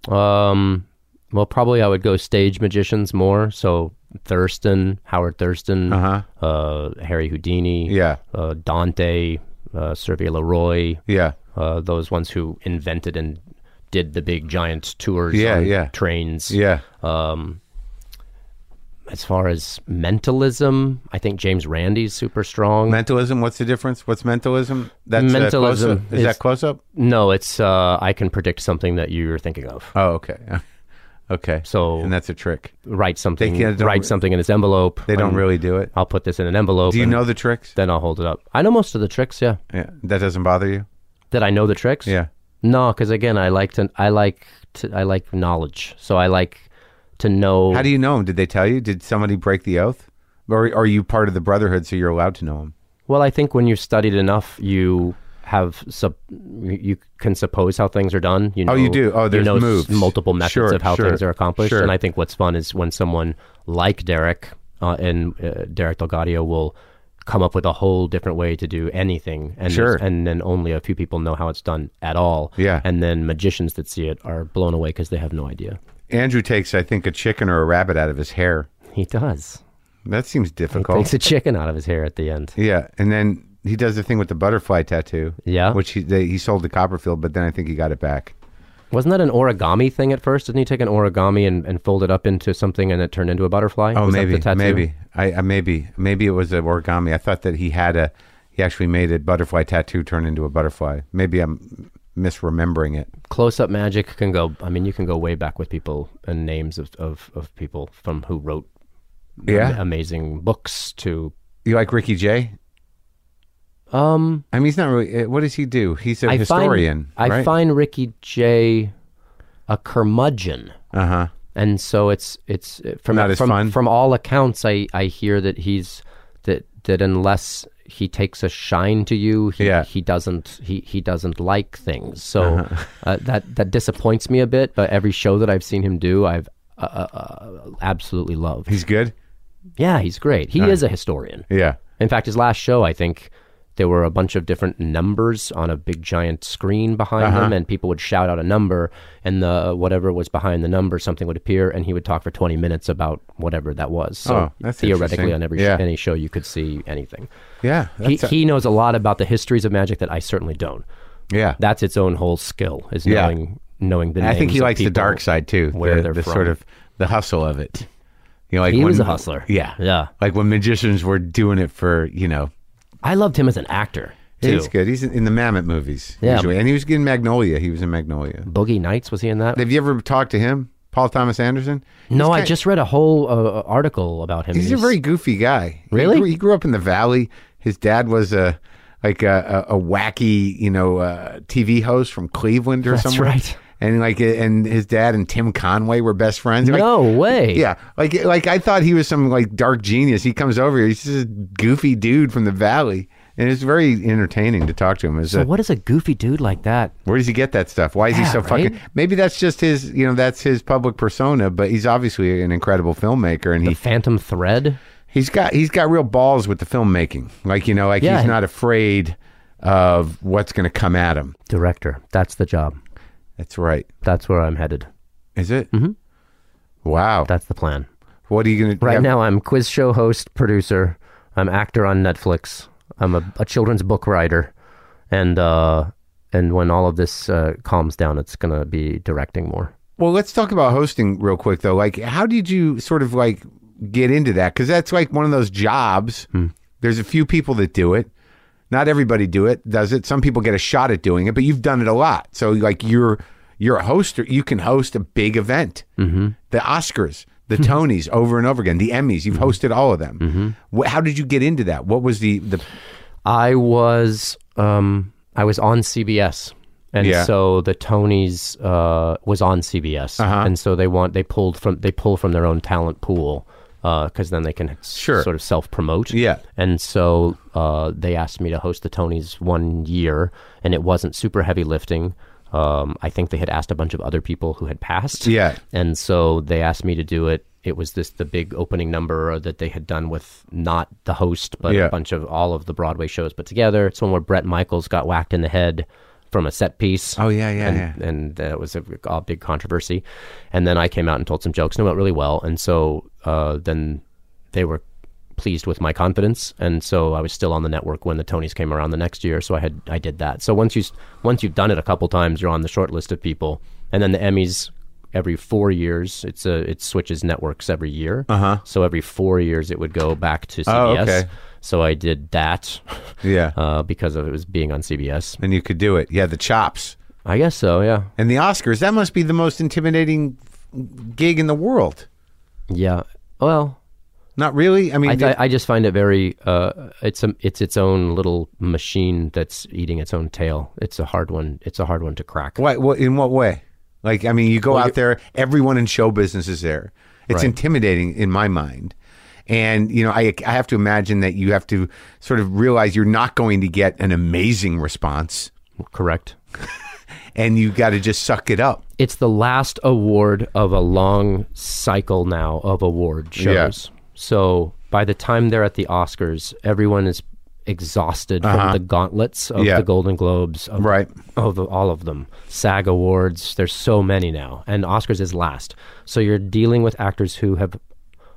Um, well, probably I would go stage magicians more. So Thurston, Howard Thurston, uh-huh. Harry Houdini,
Yeah.
uh, Dante, uh, Sergei Leroy,
Yeah,
uh, those ones who invented and did the big giant tours
Yeah,
on
yeah.
trains.
yeah.
As far as mentalism, I think James Randi's super strong.
mentalism. What's the difference? What's mentalism? That's uh,
Mentalism
close-up? is
is-
that close up?
no, it's uh, I can predict something that you're thinking of.
Oh, okay, okay.
So-
and that's a trick.
Write something.
They can't- don't
write
re-
something in this envelope.
They don't
and
really do it.
I'll put this in an envelope.
Do you
and
know the tricks?
Then I'll hold it up. I know most of the tricks. Yeah.
Yeah, that doesn't bother you.
Did I know the tricks?
Yeah.
No, because again, I like to. I like. To, I like knowledge. So I like to know.
How do you know them? Did they tell you? Did somebody break the oath? Or are you part of the brotherhood so you're allowed to know them?
Well, I think when you've studied enough, you have sub you can suppose how things are done. You know,
Oh, you do? Oh, there's
you know s-
moves.
multiple methods
Sure,
of how
sure,
things are accomplished.
sure.
And I think what's fun is when someone like Derek uh, and uh, Derek Delgadio will come up with a whole different way to do anything, and
Sure.
there's- and then only a few people know how it's done at all.
Yeah.
and then magicians that see it are blown away because they have no idea.
Andrew takes, I think, a chicken or a rabbit out of his hair.
He does.
That seems difficult.
Takes a chicken out of his hair at the end.
yeah, and then he does the thing with the butterfly tattoo.
Yeah.
which he they, he sold to Copperfield, but then I think he got it back.
Wasn't that an origami thing at first? Didn't he take an origami and, and fold it up into something and it turned into a butterfly?
Oh,
Was that
maybe,
the tattoo?
maybe. I, I maybe maybe it was an origami. I thought that he had a he actually made a butterfly tattoo turn into a butterfly. Maybe I'm misremembering it.
Close up magic can go. I mean, you can go way back with people and names of, of, of people from who wrote
Yeah.
amazing books to.
You like Ricky Jay?
Um,
I mean, he's not really. uh, What does he do? He's a
I
historian,
Find, I
right?
find Ricky Jay a curmudgeon.
uh huh.
and so it's it's uh, from
Not as
from,
fun?
from all accounts I I hear that he's that that unless he takes a shine to you he,
Yeah.
he doesn't he he doesn't like things so uh that that disappoints me a bit but every show that I've seen him do I've uh, uh, uh, absolutely loved
He's good.
yeah he's great he is a historian
Yeah.
in fact, his last show, I think, there were a bunch of different numbers on a big giant screen behind
Uh-huh.
him, and people would shout out a number, and the whatever was behind the number, something would appear, and he would talk for twenty minutes about whatever that was. So
Oh, that's
theoretically,
interesting.
on every
Yeah.
any show, you could see anything.
Yeah.
He,
that's a-
he knows a lot about the histories of magic that I certainly don't.
yeah.
That's its own whole skill is
Yeah.
knowing knowing the.
And I think
names
he
of
likes the
people.
dark side too.
where
the,
they're
the
from.
sort of the hustle of it. You know, like
He
when-
was a hustler.
Yeah.
yeah.
Like when magicians were doing it for you know.
I loved him as an actor too.
He's good. He's in, in the Mammoth movies
Yeah.
usually, and he was in Magnolia. He was in Magnolia.
Boogie Nights was he in that?
Have you ever talked to him, Paul Thomas Anderson?
no,
He's
I
kind-
just read a whole uh, article about him.
He's a very goofy guy. He
Really?
grew- He grew, up in the valley. His dad was a like a, a, a wacky, you know, uh, TV host from Cleveland or somewhere.
right.
And like, and his dad and Tim Conway were best friends. Like,
No way.
Yeah, like like I thought he was some like dark genius. He comes over here. He's just a goofy dude from the valley, and it's very entertaining to talk to him. Is
So what is a goofy dude like that?
where does he get that stuff? Why is he
Yeah,
so fucking?
right?
Maybe that's just his. You know, that's his public persona. But he's obviously an incredible filmmaker, and he
The Phantom Thread?
he's got he's got real balls with the filmmaking. Like you know, like
Yeah,
he's
and-
not afraid of what's going to come at him.
Director. That's the job.
That's right.
That's where I'm headed.
Is it? Mm-hmm. Wow.
That's the plan.
what are you going to
Right now I'm quiz show host, producer, I'm actor on Netflix, I'm a, a children's book writer, and uh, and when all of this uh, calms down, it's gonna be directing more.
Well, let's talk about hosting real quick though. Like, how did you sort of like get into that? Because that's like one of those jobs. There's a few people that do it. Not everybody do it, does it? Some people get a shot at doing it, but you've done it a lot. So like you're you're a hoster. You can host a big event, mm-hmm. the Oscars, the Tonys, over and over again, the Emmys. You've hosted all of them. Wh- how did you get into that? What was the the
I was um, I was on CBS, and
Yeah.
so the Tonys uh, was on CBS,
Uh-huh.
and so they want they pulled from they pull from their own talent pool because then they can s-
Sure.
sort of self promote.
Yeah.
and so uh, they asked me to host the Tonys one year, and it wasn't super heavy lifting. Um, I think they had asked a bunch of other people who had passed.
Yeah.
And so they asked me to do it. It was this the big opening number that they had done with not the host, but
Yeah.
a bunch of all of the Broadway shows put together. It's one where Brett Michaels got whacked in the head from a set piece.
Oh, yeah, yeah,
and,
yeah.
And that was a, a big controversy. And then I came out and told some jokes, and it went really well. And so uh, then they were pleased with my confidence, and so I was still on the network when the Tonys came around the next year. So I had I did that. So once you s- once you've done it a couple times, you're on the short list of people, and then the Emmys. Every four years, it's a it switches networks every year. Uh-huh. So every four years, it would go back to
Oh,
CBS.
okay.
So I did that
yeah?
uh, because of it was being on CBS.
and you could do it. Yeah, the chops.
I guess so. Yeah.
And the Oscars, that must be the most intimidating gig in the world.
Yeah. Well,
Not really. I mean,
I, th- I just find it very uh, it's a, it's its own little machine that's eating its own tail. It's a hard one. It's a hard one to crack.
what, what in what way? Like, I mean, you go out there, everyone in show business is there. It's intimidating in my mind. And you know, I I have to imagine that you have to sort of realize you're not going to get an amazing response,
Correct.
and you got to just suck it up.
It's the last award of a long cycle now of award
Yeah.
shows. So by the time they're at the Oscars, everyone is exhausted from the gauntlets of
Uh-huh. Yeah.
the Golden Globes, of
Right.
of Oh, all of them sag awards there's so many now and oscars is last so you're dealing with actors who have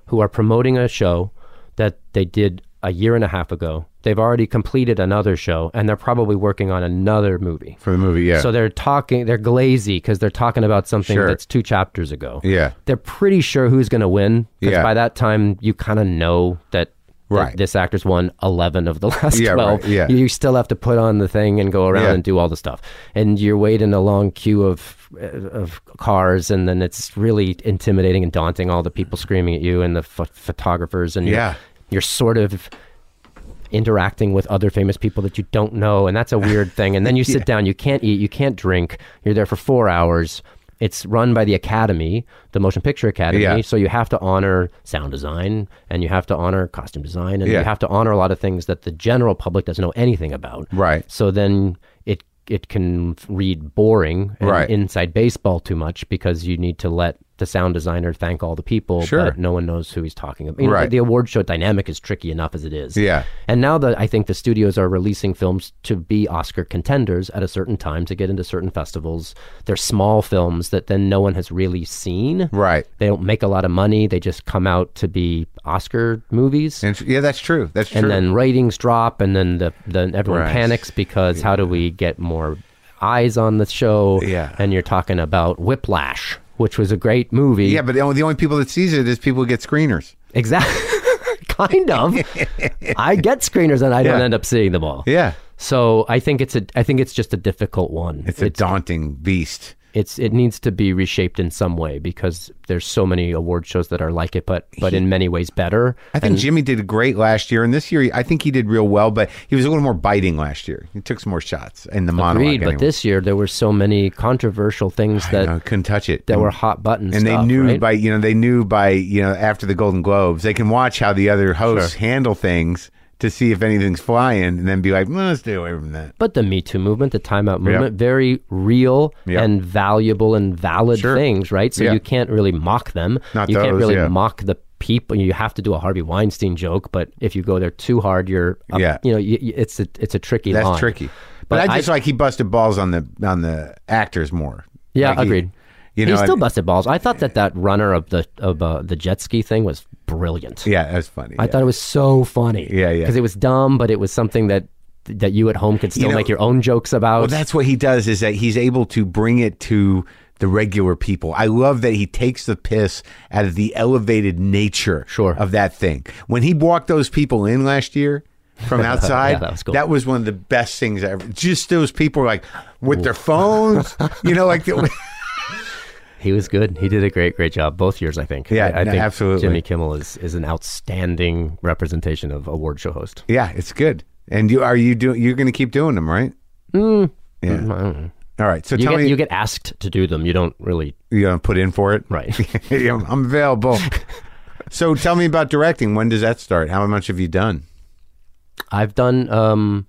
who are promoting a show that they did a year and a half ago they've already completed another show and they're probably working on another movie
For the movie, yeah.
so they're talking they're glazy because they're talking about something
Sure.
that's two chapters ago
Yeah.
they're pretty sure who's going to win because
Yeah.
by that time you kind of know that th-
Right.
this actor's won 11 of the last
Yeah,
12
right, yeah.
you still have to put on the thing and go around
Yeah.
and do all the stuff and you're waiting a long queue of uh, of cars and then it's really intimidating and daunting all the people screaming at you and the ph- photographers and you're-
Yeah.
you're sort of interacting with other famous people that you don't know and that's a weird thing and then you sit down you can't eat you can't drink you're there for four hours it's run by the academy the motion picture academy
Yeah.
so you have to honor sound design and you have to honor costume design and
Yeah.
you have to honor a lot of things that the general public doesn't know anything about
Right.
so then it it can read boring and
Right.
inside baseball too much because you need to let the sound designer thank all the people
Sure.
but no one knows who he's talking about You know,
Right.
the award show dynamic is tricky enough as it is
Yeah.
and now that I think the studios are releasing films to be Oscar contenders at a certain time to get into certain festivals, they're small films that then no one has really seen.
Right.
They don't make a lot of money. They just come out to be Oscar movies.
And, yeah, that's true. That's true.
And then ratings drop, and then the then everyone
Right.
panics because how do we get more eyes on the show?
Yeah.
And you're talking about Whiplash, which was a great movie.
yeah, but the only, the only people that sees it is people who get screeners.
Exactly. kind of. I get screeners and I don't
Yeah.
end up seeing them all.
Yeah,
So I think it's a I think it's just a difficult one.
it's a daunting beast.
it's it needs to be reshaped in some way because there's so many award shows that are like it, but but in many ways better.
I think Jimmy did great last year, and this year I think he did real well, but he was a little more biting last year. He took some more shots in the monologue.
Agreed,
anyway.
but this year there were so many controversial things
You know,
that
couldn't touch it.
that were hot buttons.
and they
stuff,
knew
right?
by you know they knew by you know after the Golden Globes they can watch how the other hosts handle things to see if anything's flying, and then be like, well, let's stay away from that.
But the Me Too movement, the timeout movement, very real
Yeah.
and valuable and valid
Sure.
things, right? So
Yeah.
you can't really mock them.
Not
you can't
those,
really
yeah.
mock the people. You have to do a Harvey Weinstein joke, but if you go there too hard, you're up-
Yeah.
you know, y y- it's a it's a tricky
That's
line.
tricky. But,
But
I just like he busted balls on the on the actors more.
Yeah,
Like he-
agreed.
you know,
he still
and-
busted balls. I thought that that runner of the of uh, the jet ski thing was brilliant.
yeah, that's funny.
I
yeah.
thought it was so funny.
Yeah, yeah.
Because it was dumb, but it was something that that you at home can still
know-
make your own jokes about.
Well, that's what he does is that he's able to bring it to the regular people. I love that he takes the piss out of the elevated nature
Sure.
of that thing. When he walked those people in last year from outside,
that was cool.
one of the best things ever. Just those people like with their phones, you know, like the,
he was good. He did a great, great job both years, I think.
Yeah,
I, I
no,
think
absolutely.
Jimmy Kimmel is, is an outstanding representation of award show host.
yeah, it's good. And you are you doing? You're going to keep doing them, right?
Mm, I don't know.
All right. So
You
tell
get,
me,
you
you,
get asked to do them. You don't really
gonna put in for it,
right.
I'm I'm available. so tell me about directing. When does that start? How much have you done?
I've done. Um,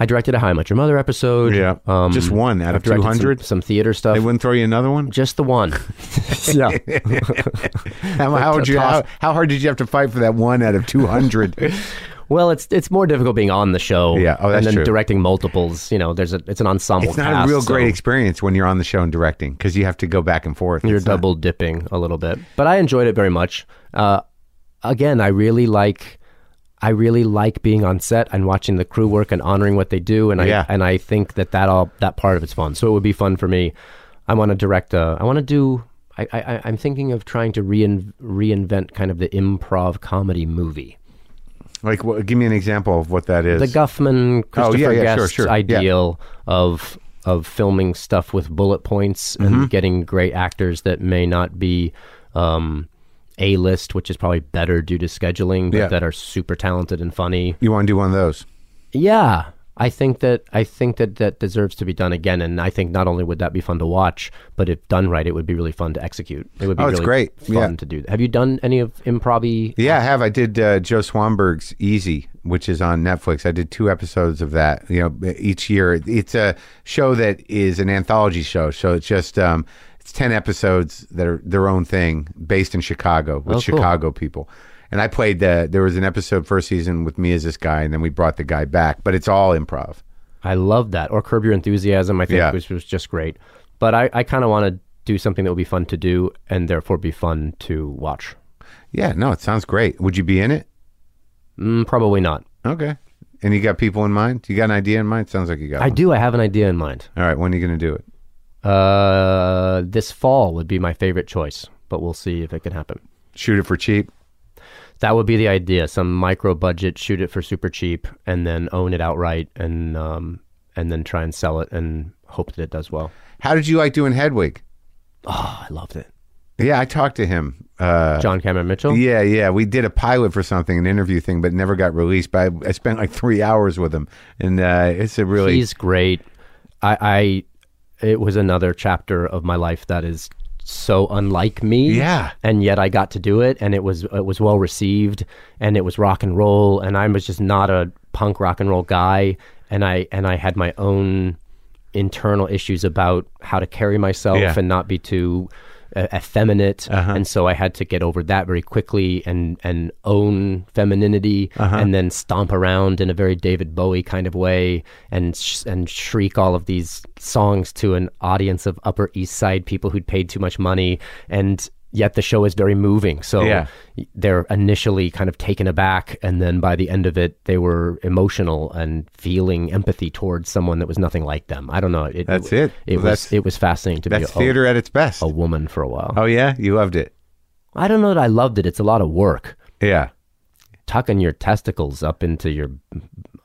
I directed a How I Met Your Mother episode.
Yeah.
um,
Just one out of
directed some-
200?
Some, theater
They
stuff.
wouldn't throw you another one.
Just the one. yeah.
How, how would you? How, how hard did you have to fight for that one out of two hundred?
Well, it's it's more difficult being on the show.
Yeah. Oh, that's
and then
true.
directing multiples. You know, there's a it's an ensemble.
it's not a
cast,
real great
so
experience when you're on the show and directing because you have to go back and forth.
You're
It's not-
double dipping a little bit, but I enjoyed it very much. Uh, again, I really like. I really like being on set and watching the crew work and honoring what they do, and I
Yeah.
and I think that that all that part of it's fun. So it would be fun for me. I want to direct. A, I want to do. I, I I- I'm thinking of trying to rein, reinvent kind of the improv comedy movie.
like, what, give me an example of what that is.
the Guffman Christopher
Oh, yeah, yeah, sure,
Guest's
sure, yeah.
ideal of of filming stuff with bullet points
Mm-hmm.
and getting great actors that may not be um, a list, which is probably better due to scheduling, but
Yeah.
that are super talented and funny.
you want to do one of those?
Yeah, I think that I think that that deserves to be done again, and I think not only would that be fun to watch, but if done right, it would be really fun to execute. It would be
Oh, it's
really
great.
fun
Yeah.
to do. Have you done any of improv?
Yeah, I have. I did uh, Joe Swanberg's Easy, which is on Netflix. I did two episodes of that. You know, each year it's a show that is an anthology show. So it's just um, it's ten episodes that are their own thing, based in Chicago with
Oh, cool.
Chicago people. And I played the. There was an episode first season with me as this guy, and then we brought the guy back. But it's all improv.
I love that. Or Curb Your Enthusiasm, I think,
Yeah.
which was just great. But I, I kind of want to do something that will be fun to do and therefore be fun to watch.
Yeah, no, it sounds great. Would you be in it?
Mm, probably not.
Okay. And you got people in mind? You got an idea in mind? Sounds like you got.
I
one.
do. I have an idea in mind.
All right, when are you going to do it?
Uh, this fall would be my favorite choice, but we'll see if it can happen.
Shoot it for cheap.
That would be the idea. Some micro budget, shoot it for super cheap, and then own it outright, and um, and then try and sell it and hope that it does well.
How did you like doing Hedwig?
Oh, I loved it.
Yeah, I talked to him. Uh,
John Cameron Mitchell.
yeah, yeah. We did a pilot for something, an interview thing, but it never got released. But I, I spent like three hours with him, and uh, it's a really
He's great. I, I, it was another chapter of my life that is so unlike me.
Yeah.
And yet I got to do it, and it was it was well received, and it was rock and roll, and I was just not a punk rock and roll guy, and I and I had my own internal issues about how to carry myself
Yeah.
and not be too uh, effeminate
Uh-huh.
and so i had to get over that very quickly and and own femininity
Uh-huh.
and then stomp around in a very david bowie kind of way and sh- and shriek all of these songs to an audience of upper east side people who'd paid too much money and yet the show is very moving so
Yeah.
they're initially kind of taken aback and then by the end of it they were emotional and feeling empathy towards someone that was nothing like them i don't know it,
That's it.
it
Well,
was
that's-
it was fascinating to be a,
that's theater at its best.
a woman for a while
Oh yeah, you loved it.
i don't know that i loved it it's a lot of work
Yeah,
tucking your testicles up into your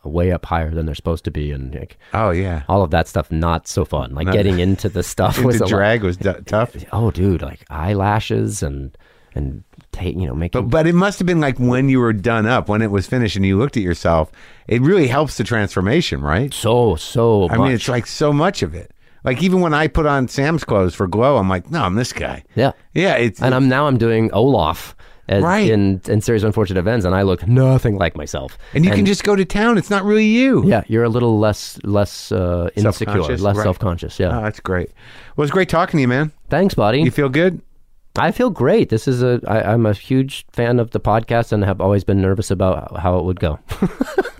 way up higher than they're supposed to be and like
oh yeah.
all of that stuff not so fun like getting into the stuff Oh, was
the
a lot-
drag was d- tough,
oh dude like eyelashes and and ta- you know making
but it must have been like when you were done up, when it was finished, and you looked at yourself. It really helps the transformation, right?
so so
I
much.
mean, it's like so much of it. Like even when I put on Sam's clothes for Glow, I'm like, no, I'm this guy.
yeah
Yeah, it's
and I'm now I'm doing Olaf as
Right.
in in series of unfortunate events, and I look nothing like myself.
and you can just go to town. It's not really you.
yeah, you're a little less less uh, insecure,
Self-conscious,
less
right.
self conscious. Yeah,
Oh, that's great. Well, it's great talking to you, man.
thanks, buddy.
You feel good?
I feel great. This is a I, I'm a huge fan of the podcast, and have always been nervous about how it would go.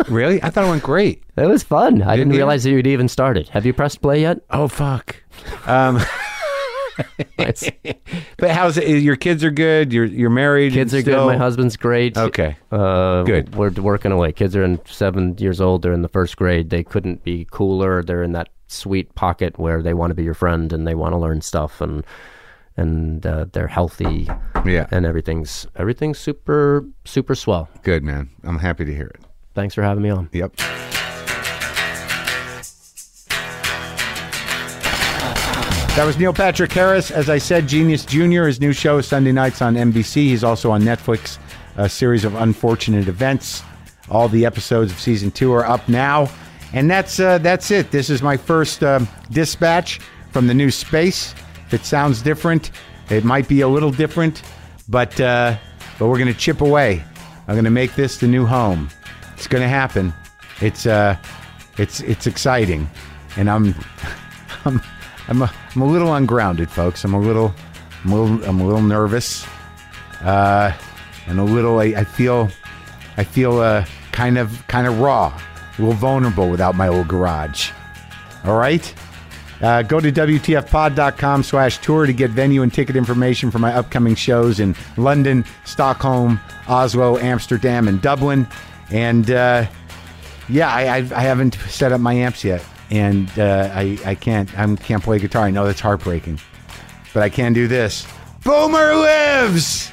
Really? I thought it went great.
it was fun. I didn't
you?
realize that you'd even started. Have you pressed play yet?
Oh fuck. Um,
Nice.
But how's it? Your kids are good. You're you're married.
Kids are
still?
good. My husband's great.
Okay.
Uh,
Good.
We're working away. Kids are in seven years old. They're in the first grade. They couldn't be cooler. They're in that sweet pocket where they want to be your friend and they want to learn stuff and and uh, they're healthy.
Yeah.
And everything's everything's super super swell.
Good man. I'm happy to hear it.
Thanks for having me on.
Yep. That was Neil Patrick Harris. As I said, Genius Jr. His new show is Sunday nights on NBC. He's also on Netflix, a series of unfortunate events. All the episodes of season two are up now. And that's uh, that's it. This is my first um, dispatch from the new space. If it sounds different, it might be a little different, but uh, but we're gonna chip away. I'm gonna make this the new home. It's gonna happen. It's uh, it's it's exciting, and I'm I'm I'm a, I'm a little ungrounded, folks. I'm a little, I'm a little, I'm a little nervous, uh, and a little. I, I feel, I feel uh, kind of, kind of raw, a little vulnerable without my old garage. All right. Uh, go to WTFpod.com slash tour to get venue and ticket information for my upcoming shows in London, Stockholm, Oslo, Amsterdam, and Dublin. And uh, yeah, I, I, I haven't set up my amps yet, and uh, I I can't I can't play guitar. I know that's heartbreaking, but I can do this. Boomer lives.